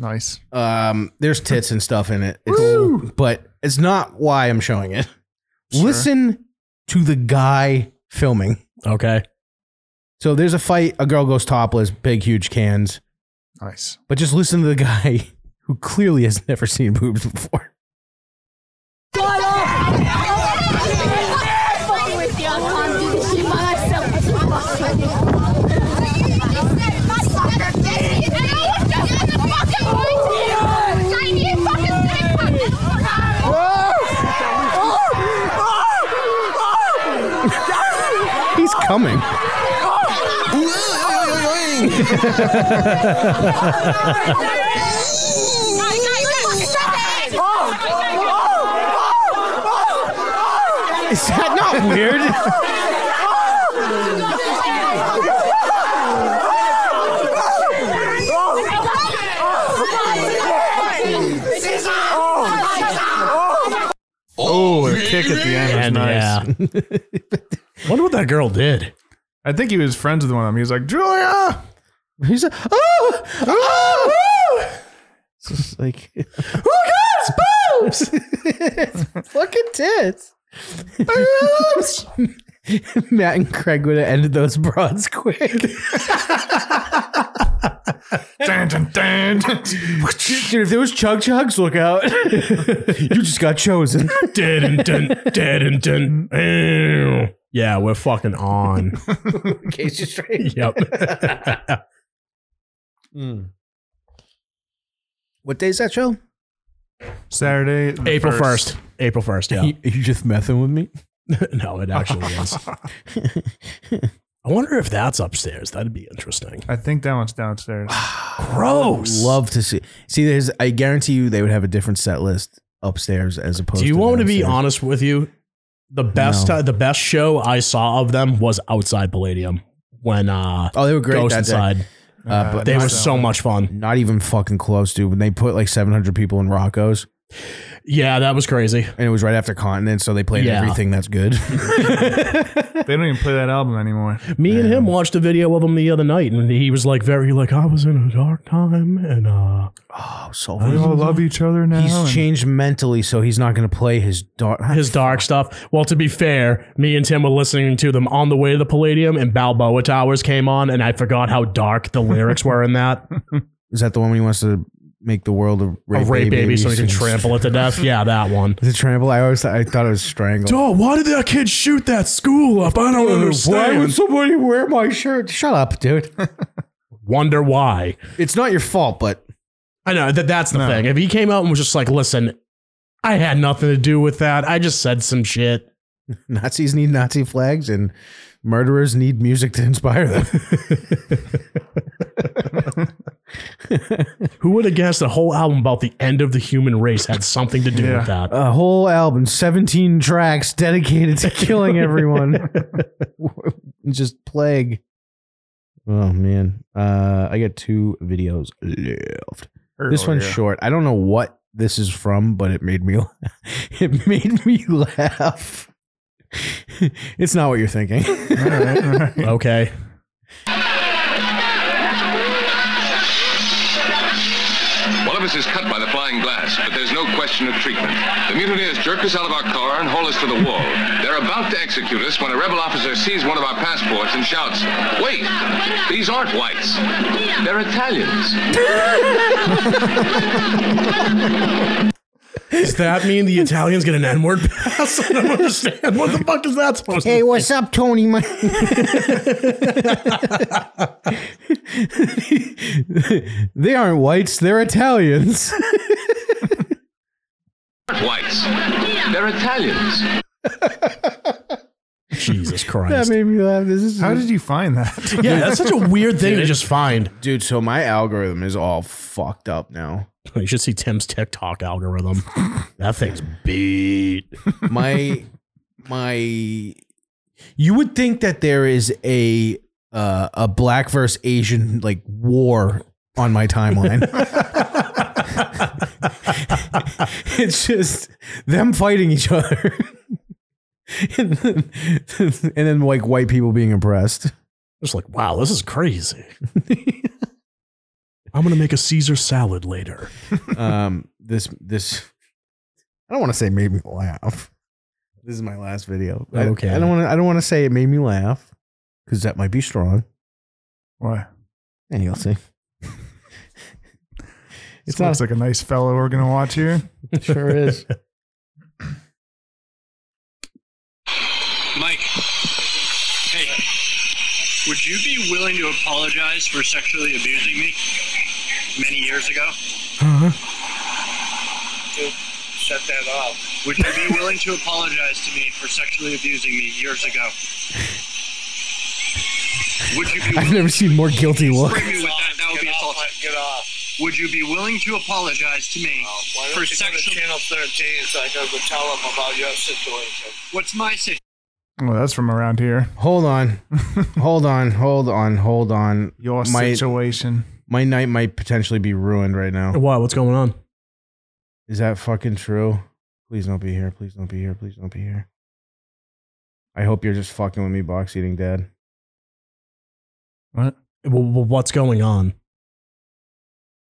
C: Nice.
A: Um, there's tits and stuff in it, It's-
C: Woo.
A: but it's not why I'm showing it.
C: Sure.
A: Listen to the guy filming.
B: Okay.
A: So there's a fight. A girl goes topless, big, huge cans.
C: Nice.
A: But just listen to the guy who clearly has never seen boobs before. He's coming. Is that not weird?
C: Oh, a kick at the end was
B: And
C: nice.
B: yeah. Wonder what that girl did.
C: I think he was friends with one of them. He was like, Julia!
A: He's like, oh, oh, oh. It's just like, who got boobs? It's fucking tits. Boobs. Matt and Craig would have ended those broads quick.
C: Dun, dun, dun, dun.
A: Dude, if there was chug chugs, look out. you just got chosen.
B: Dead and dun, dead and dun. Ew. Yeah, we're fucking on.
A: Case you straight.
B: Yep.
A: Hmm. What day is that show?
C: Saturday. the
B: April first. April first. Yeah.
A: you just messing with me?
B: no, it actually is. I wonder if that's upstairs. That'd be interesting.
C: I think that one's downstairs.
B: Uh, Gross.
A: Love to see. See, there's. I guarantee you, they would have a different set list upstairs as opposed.
B: Do you
A: to
B: want me to be
A: downstairs.
B: honest with you? The best
A: No.
B: ti- the best show I saw of them was outside Palladium when uh
A: Oh, they were great
B: Ghost
A: that day.
B: Inside.
A: Uh, but
B: They
A: not,
B: were so much fun.
A: not even fucking close, dude. When they put like 700 people in Rocco's,
B: Yeah, that was crazy.
A: and it was right after Continent, so they played
B: Yeah.
A: everything that's good.
C: They don't even play that album anymore.
B: Me and him watched a video of him the other night, and he was like, "Very like I was in a dark time, and uh,
A: oh, so
C: We all love each other now.
A: he's
C: and-
A: changed mentally, so he's not going to play his dark.
B: his dark stuff." Well, to be fair, me and Tim were listening to them on the way to the Palladium, and Balboa Towers came on, and I forgot how dark the lyrics were in that.
A: Is that the one when he wants to make the world a
B: A
A: rape,
B: rape baby, so he can
A: sings-
B: trample it to death. Yeah, that one.
A: Is it trample? I always thought, I thought it was strangle.
B: Oh, why did that kid shoot that school up? I don't
A: Why would somebody wear my shirt? Shut up, dude.
B: Wonder why.
A: it's not your fault, but
B: I know that that's the
C: No.
B: thing. If he came out and was just like, "Listen, I had nothing to do with that. I just said some shit."
A: Nazis need Nazi flags and murderers need music to inspire them.
B: Who would have guessed a whole album about the end of the human race had something to do
C: Yeah.
B: with that?
A: A whole album, 17 tracks dedicated to killing everyone. Just plague. Oh, man. Uh, I got two videos left. This one's
C: Earlier.
A: short. I don't know what this is from, but it made me it made me laugh. it's not what you're thinking.
B: Okay.
K: One of us is cut by the flying glass, but there's no question of treatment. The mutineers jerk us out of our collar and haul us to the wall. They're about to execute us when a rebel officer sees one of our passports and shouts, Wait! These aren't whites. They're Italians.
B: Does that mean the Italians get an N word pass? I don't understand. What the fuck is that supposed to
A: Hey, what's up, Tony? My- they aren't whites, they're Italians.
K: aren't whites. They're Italians.
B: Jesus
A: That made me laugh. This is
C: How did you find that?
B: Yeah, that's such a weird thing to
A: Dude.
B: just find.
A: Dude, so my algorithm is all fucked up now.
B: You should see Tim's TikTok algorithm. That thing's beat.
A: My my you would think that there is a uh, a black versus Asian like war on my timeline. it's just them fighting each other. and, then, and then like white people being impressed.
B: Just like, wow, this is crazy. I'm gonna make a Caesar salad later.
A: um this this I don't want to say made me laugh. This is my last video. I-
B: Okay.
A: I, don't want to I don't want to say it made me laugh cuz that might be strong.
C: Why?
A: And you'll see.
C: This looks like a nice fellow we're gonna watch here.
A: Sure is.
L: Mike, hey, would you be willing to apologize for sexually abusing me many years ago? Dude, shut that off. Would you be willing to apologize to me for sexually abusing me years ago? Would you be
A: I've never seen more guilty look.
L: Spray me with that. That would be assault. Get off. Uh, Would you be willing to apologize to me for sexual? Channel 13, so I can tell them about your situation. What's my situation?
C: Well, that's from around here.
A: Hold on. hold on. Hold on. Hold on.
C: Your situation.
A: My night might potentially be ruined right now.
B: Why? What's going on?
A: Is that fucking true? Please don't be here. Please don't be here. Please don't be here. I hope you're just fucking with me, box eating dad.
C: What?
B: Well, well, what's going on?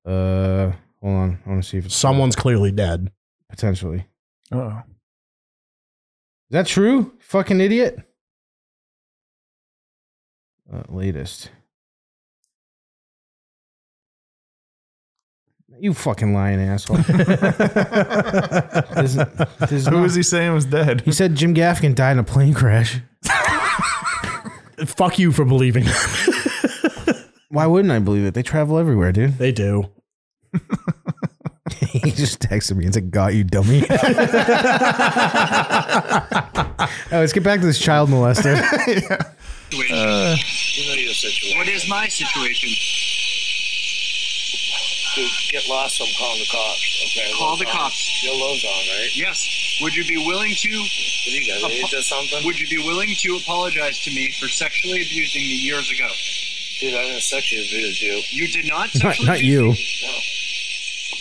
A: Uh, hold on. I want to see if it's
B: Someone's clearly dead.
A: potentially.
C: Oh,
A: Is that true? Fucking idiot. Uh, latest. You fucking lying asshole. There's- there's
C: who
A: not-
C: was he saying was dead?
A: He said Jim Gaffigan died in a plane crash.
B: Fuck you for believing that.
A: Why wouldn't I believe it? They travel everywhere, dude.
B: They do.
A: he just texted me and said, "Got you, dummy." oh, let's get back to this child molester.
L: You know your situation. What is my situation? Dude, get lost. I'm calling the cops. Okay. Call the cops. Your loan's on, right? Yes. Would you be willing to? What do you got? something? Would you be willing to apologize to me for sexually abusing me years ago? Dude, I didn't sexually abuse you. You did not.
A: not,
L: Sexually
A: not you.
L: abuse-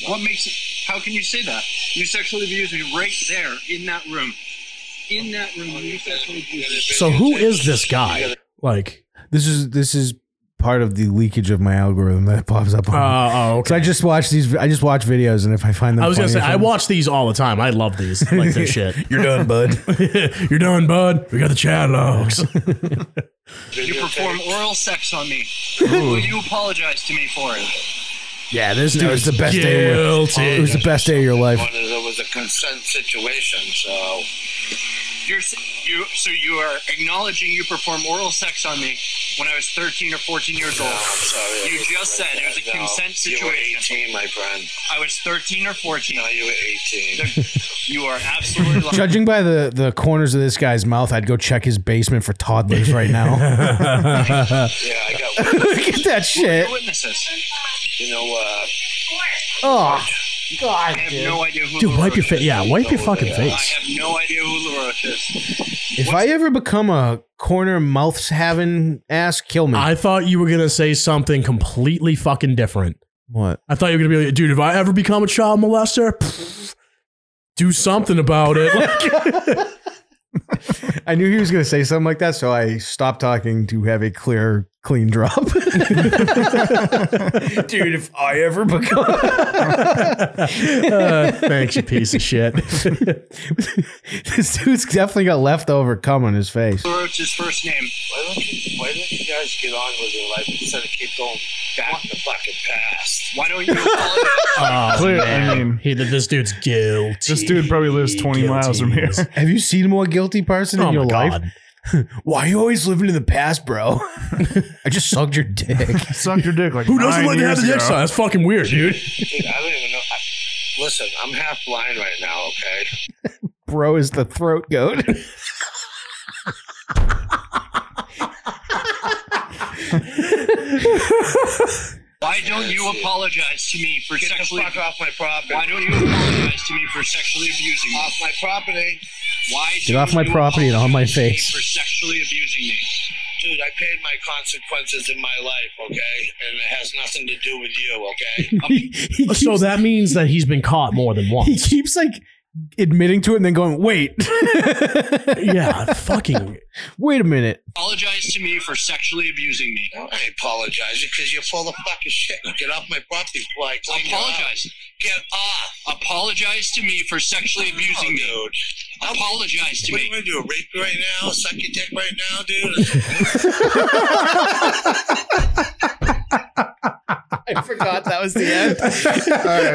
L: What makes it? How can you say that? You sexually abused me right there in that room. In that room, you sexually abused me.
B: So who is this guy? Like,
A: This is this is part of the leakage of my algorithm that pops up. On
B: Uh, oh, okay.
A: So I just watch these. I just watch videos, and if I find them,
B: I was gonna
A: funny or
B: say I
A: something-
B: watch these all the time. I love these like this shit.
A: You're done, bud.
B: You're done, bud. We got the chat logs.
L: You perform oral sex on me. Will you apologize to me for it?
A: Yeah, this dude, it was the best day. Of
B: Guilty.
A: your, it was the best day of your life.
L: One is it was a consent situation, so you're s- you so you are acknowledging you perform oral sex on me when I was 13 or 14 years old. you just said it was a consent situation. You were 18, my friend. I was 13 or 14. No, you were 18. you are absolutely lying.
A: Judging by the, the corners of this guy's mouth, I'd go check his basement for toddlers right now.
L: Yeah, I got
A: Look at that shit.
L: witnesses. You know, uh,
A: Oh,
L: God, I have no idea who
B: Dude, wipe
L: LaRoche
B: your face.
L: is.
B: Yeah, wipe your fucking
L: I
B: face.
L: have no idea who LaRoche is.
A: If I ever become a corner mouths having ass, kill me.
B: I thought you were gonna say something completely fucking different.
A: What?
B: I thought you were gonna be like, dude, if I ever become a child molester, pff, do something about it. Like-
A: I knew he was going to say something like that, so I stopped talking to have a clear, clean drop. Dude, if I ever become.
B: Uh, thanks, you piece of shit.
A: this dude's definitely got leftover cum on his face.
L: Wrote his first name. Why don't you, why don't you guys get on with your life instead of keep going back in the fucking past? Why don't you
B: Oh,
C: Clear- I
B: man.
C: mean-
B: He- this dude's guilty.
C: This dude probably lives 20 miles from here.
A: Have you seen a more guilty person
B: Oh
A: in your
B: my
A: life?
B: God.
A: Why are you always living in the past, bro? I just sucked your dick.
C: Suck your dick like
B: Who doesn't
C: nine
B: like to have the
C: years
B: dick
C: ago.
B: size? That's fucking weird, dude.
L: Dude, I don't even know. I, listen, I'm half blind right now, okay?
A: Bro is the throat goat.
L: Why don't you apologize to me for sexually the fuck off my property? Why don't you apologize to me for sexually abusing me? Off my property. Why
A: Get off my property and on my face.
L: for sexually abusing me? Dude, I paid my consequences in my life, okay? And it has nothing to do with you, okay?
B: so that means that he's been caught more than
A: He
B: once.
A: keeps like admitting to it and then going, wait,
B: yeah, fucking.
A: wait a minute.
L: apologize to me for sexually abusing me. I apologize because you're full of fucking shit. Get off my property before I clean Apologize. Get off. Apologize to me for sexually abusing me. Dude. Apologize to me. What do you want to do? Rape me right now? Suck your dick right now, dude?
A: I forgot that was the end.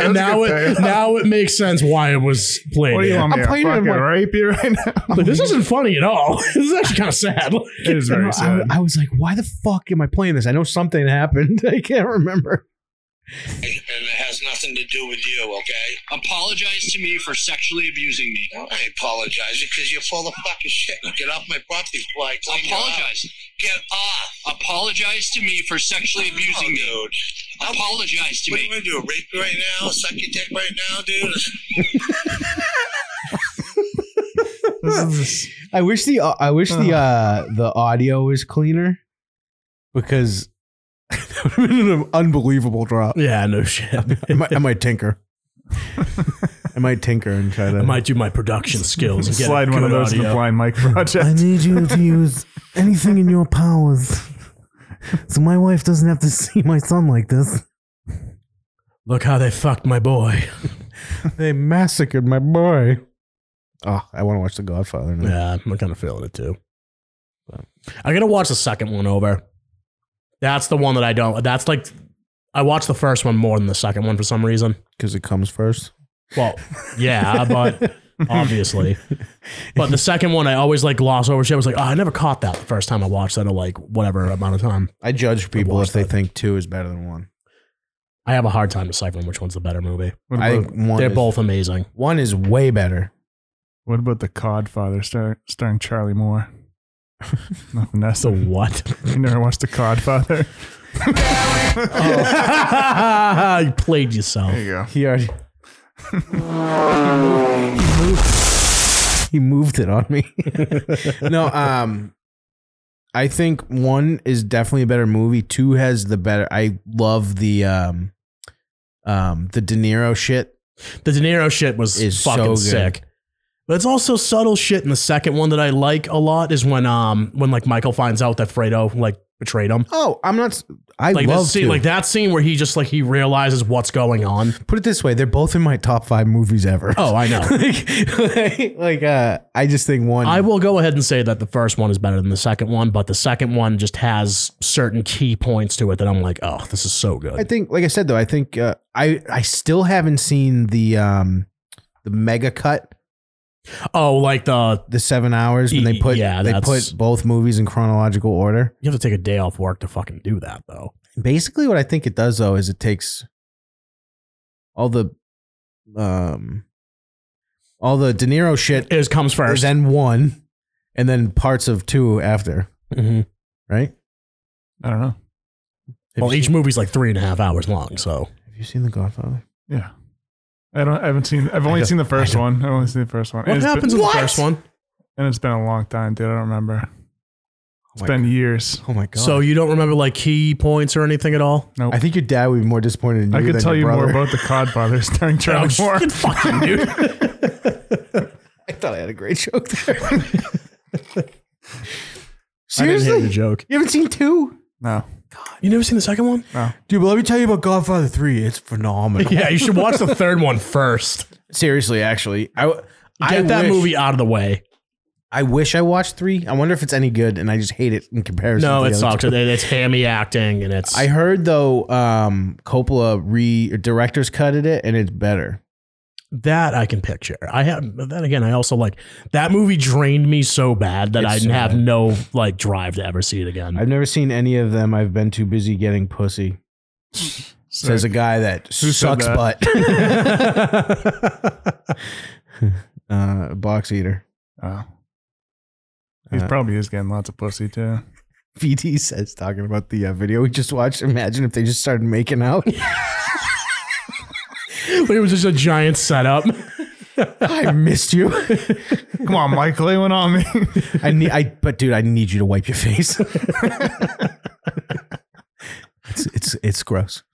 B: and now it now it makes sense why it was played.
C: What do you want me
A: I'm
C: to
A: playing it in
C: fucking
A: my-
C: rape you right now?
B: Like, this isn't funny at all. this is actually kind of sad.
C: It is
A: I-
C: very sad.
A: I, was like, why the fuck am I playing this? I know something happened. I can't remember.
L: and it has nothing to do with you, okay? Apologize to me for sexually abusing me. I apologize because you're full of fucking shit. Get off my property before I clean Apologize. Get off. Apologize to me for sexually abusing me. Dude. Apologize to me. What do I do? Rape you right now? Suck your dick right now, dude?
A: I wish the I wish
C: Uh-huh.
A: the uh, the audio was cleaner because that would have been an unbelievable drop.
B: Yeah, no shit.
A: I might, I might tinker. I might tinker and try to.
B: I might do my production skills and get
C: Slide one of those in the blind mic project.
A: need you to use anything in your powers, so my wife doesn't have to see my son like this.
B: Look how they fucked my boy.
A: They massacred my boy. Oh, I want to watch The Godfather now.
B: Yeah, I'm kind of feeling it too. I gotta watch the second one over. That's the one that I don't. That's like I watched the first one more than the second one for some reason.
A: because it comes first.
B: Well, yeah, but obviously. But the second one, I always like gloss over shit. I was like, oh, I never caught that the first time I watched that, or like whatever amount of time.
A: I judge people
B: watch
A: if they
B: that.
A: think two is better than one.
B: I have a hard time deciphering which one's the better movie.
C: What
A: I
C: about,
A: think one
B: They're
A: is,
B: both amazing.
A: one is way better.
C: what about the Codfather star, starring Charlie Moore? Nothing that's
B: So what?
C: you never watched the Codfather.
B: Oh. you played yourself.
C: you go.
A: He already he, moved, he moved it on me. no, um, I think one is definitely a better movie. Two has the better. I love the um, um, the De Niro shit.
B: The De Niro shit was
A: Is
B: fucking
A: so good.
B: sick. But it's also subtle shit in the second one that I like a lot is when um when like Michael finds out that Fredo like betrayed him.
A: Oh, I'm not. s- I
B: Like
A: love
B: this scene,
A: two.
B: like that scene where he just like he realizes what's going on.
A: Put it this way, they're both in my top five movies ever.
B: Oh, I know.
A: like, like, uh, I just think one.
B: I will go ahead and say that the first one is better than the second one, but the second one just has certain key points to it that I'm like, oh, this is so good.
A: I think, like I said though, I think uh, I I still haven't seen the um the mega cut,
B: oh, like the
A: the seven hours when they
B: Y-
A: put
B: yeah,
A: they
B: that's-
A: put both movies in chronological order.
B: you have to take a day off work to fucking do that though.
A: Basically, what I think it does though is it takes all the um all the De Niro shit,
B: It comes
A: and
B: first.
A: then one, and then parts of two after,
B: Mhm.
A: right?
C: I don't know.
A: Have
B: Well,
A: you
B: each
A: seen-
B: movie's like three and a half hours long, so
A: Have you seen The Godfather?
C: Yeah. I don't. I haven't seen. I've only
A: don't-
C: seen the
A: I
C: first
A: don't-
C: one. I've only seen the first one.
B: what
C: And it's
B: happens
C: Been,
B: in the first one?
C: and it's been a long time, dude. I don't remember. It's been years.
A: Oh my god.
B: So you don't remember like key points or anything at all?
C: No.
A: I think your dad would be more disappointed in you.
C: I could
A: than
C: tell you
A: your
C: more
A: brother.
C: about the Codfathers during Charlie Moore.
B: fucking dude.
A: I thought I had a great joke there.
B: Seriously?
A: Seriously? You haven't seen two?
C: No.
B: You never seen the second one?
C: No.
A: Dude, but let me tell you about Godfather 3. It's phenomenal.
B: Yeah, you should watch the third one first.
A: Seriously, actually. I w- I
B: Get that
A: wish-
B: movie out of the way.
A: I wish I watched 3. I wonder if it's any good and I just hate it in comparison.
B: No,
A: to the
B: it
A: other
B: sucks.
A: two.
B: It- It's hammy acting and it's
A: I heard though um Coppola re directors cutted it and it's better.
B: that I can picture. I have but then again, I also like that movie drained me so bad that
A: It's
B: I
A: so
B: have
A: bad.
B: no like drive to ever see it again.
A: I've never seen any of them. I've been too busy getting pussy. Says a guy that
C: Who said
A: sucks
C: that?
A: butt. uh, box eater.
C: Oh. He
A: Uh,
C: probably is getting lots of pussy too.
A: VT says talking about the uh, video we just watched. Imagine if they just started making out.
B: it was just a giant setup.
A: I missed you.
C: Come on, Mike, lay one on me.
A: I need. I but dude, I need you to wipe your face. it's it's it's gross.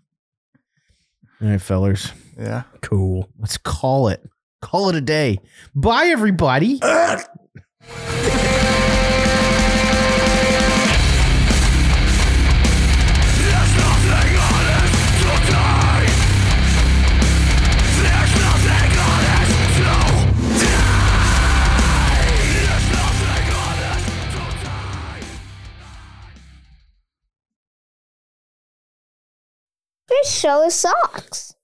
A: All right, fellers.
C: yeah.
B: Cool.
A: Let's call it. Call it a day. Bye, everybody.
M: Your show is socks.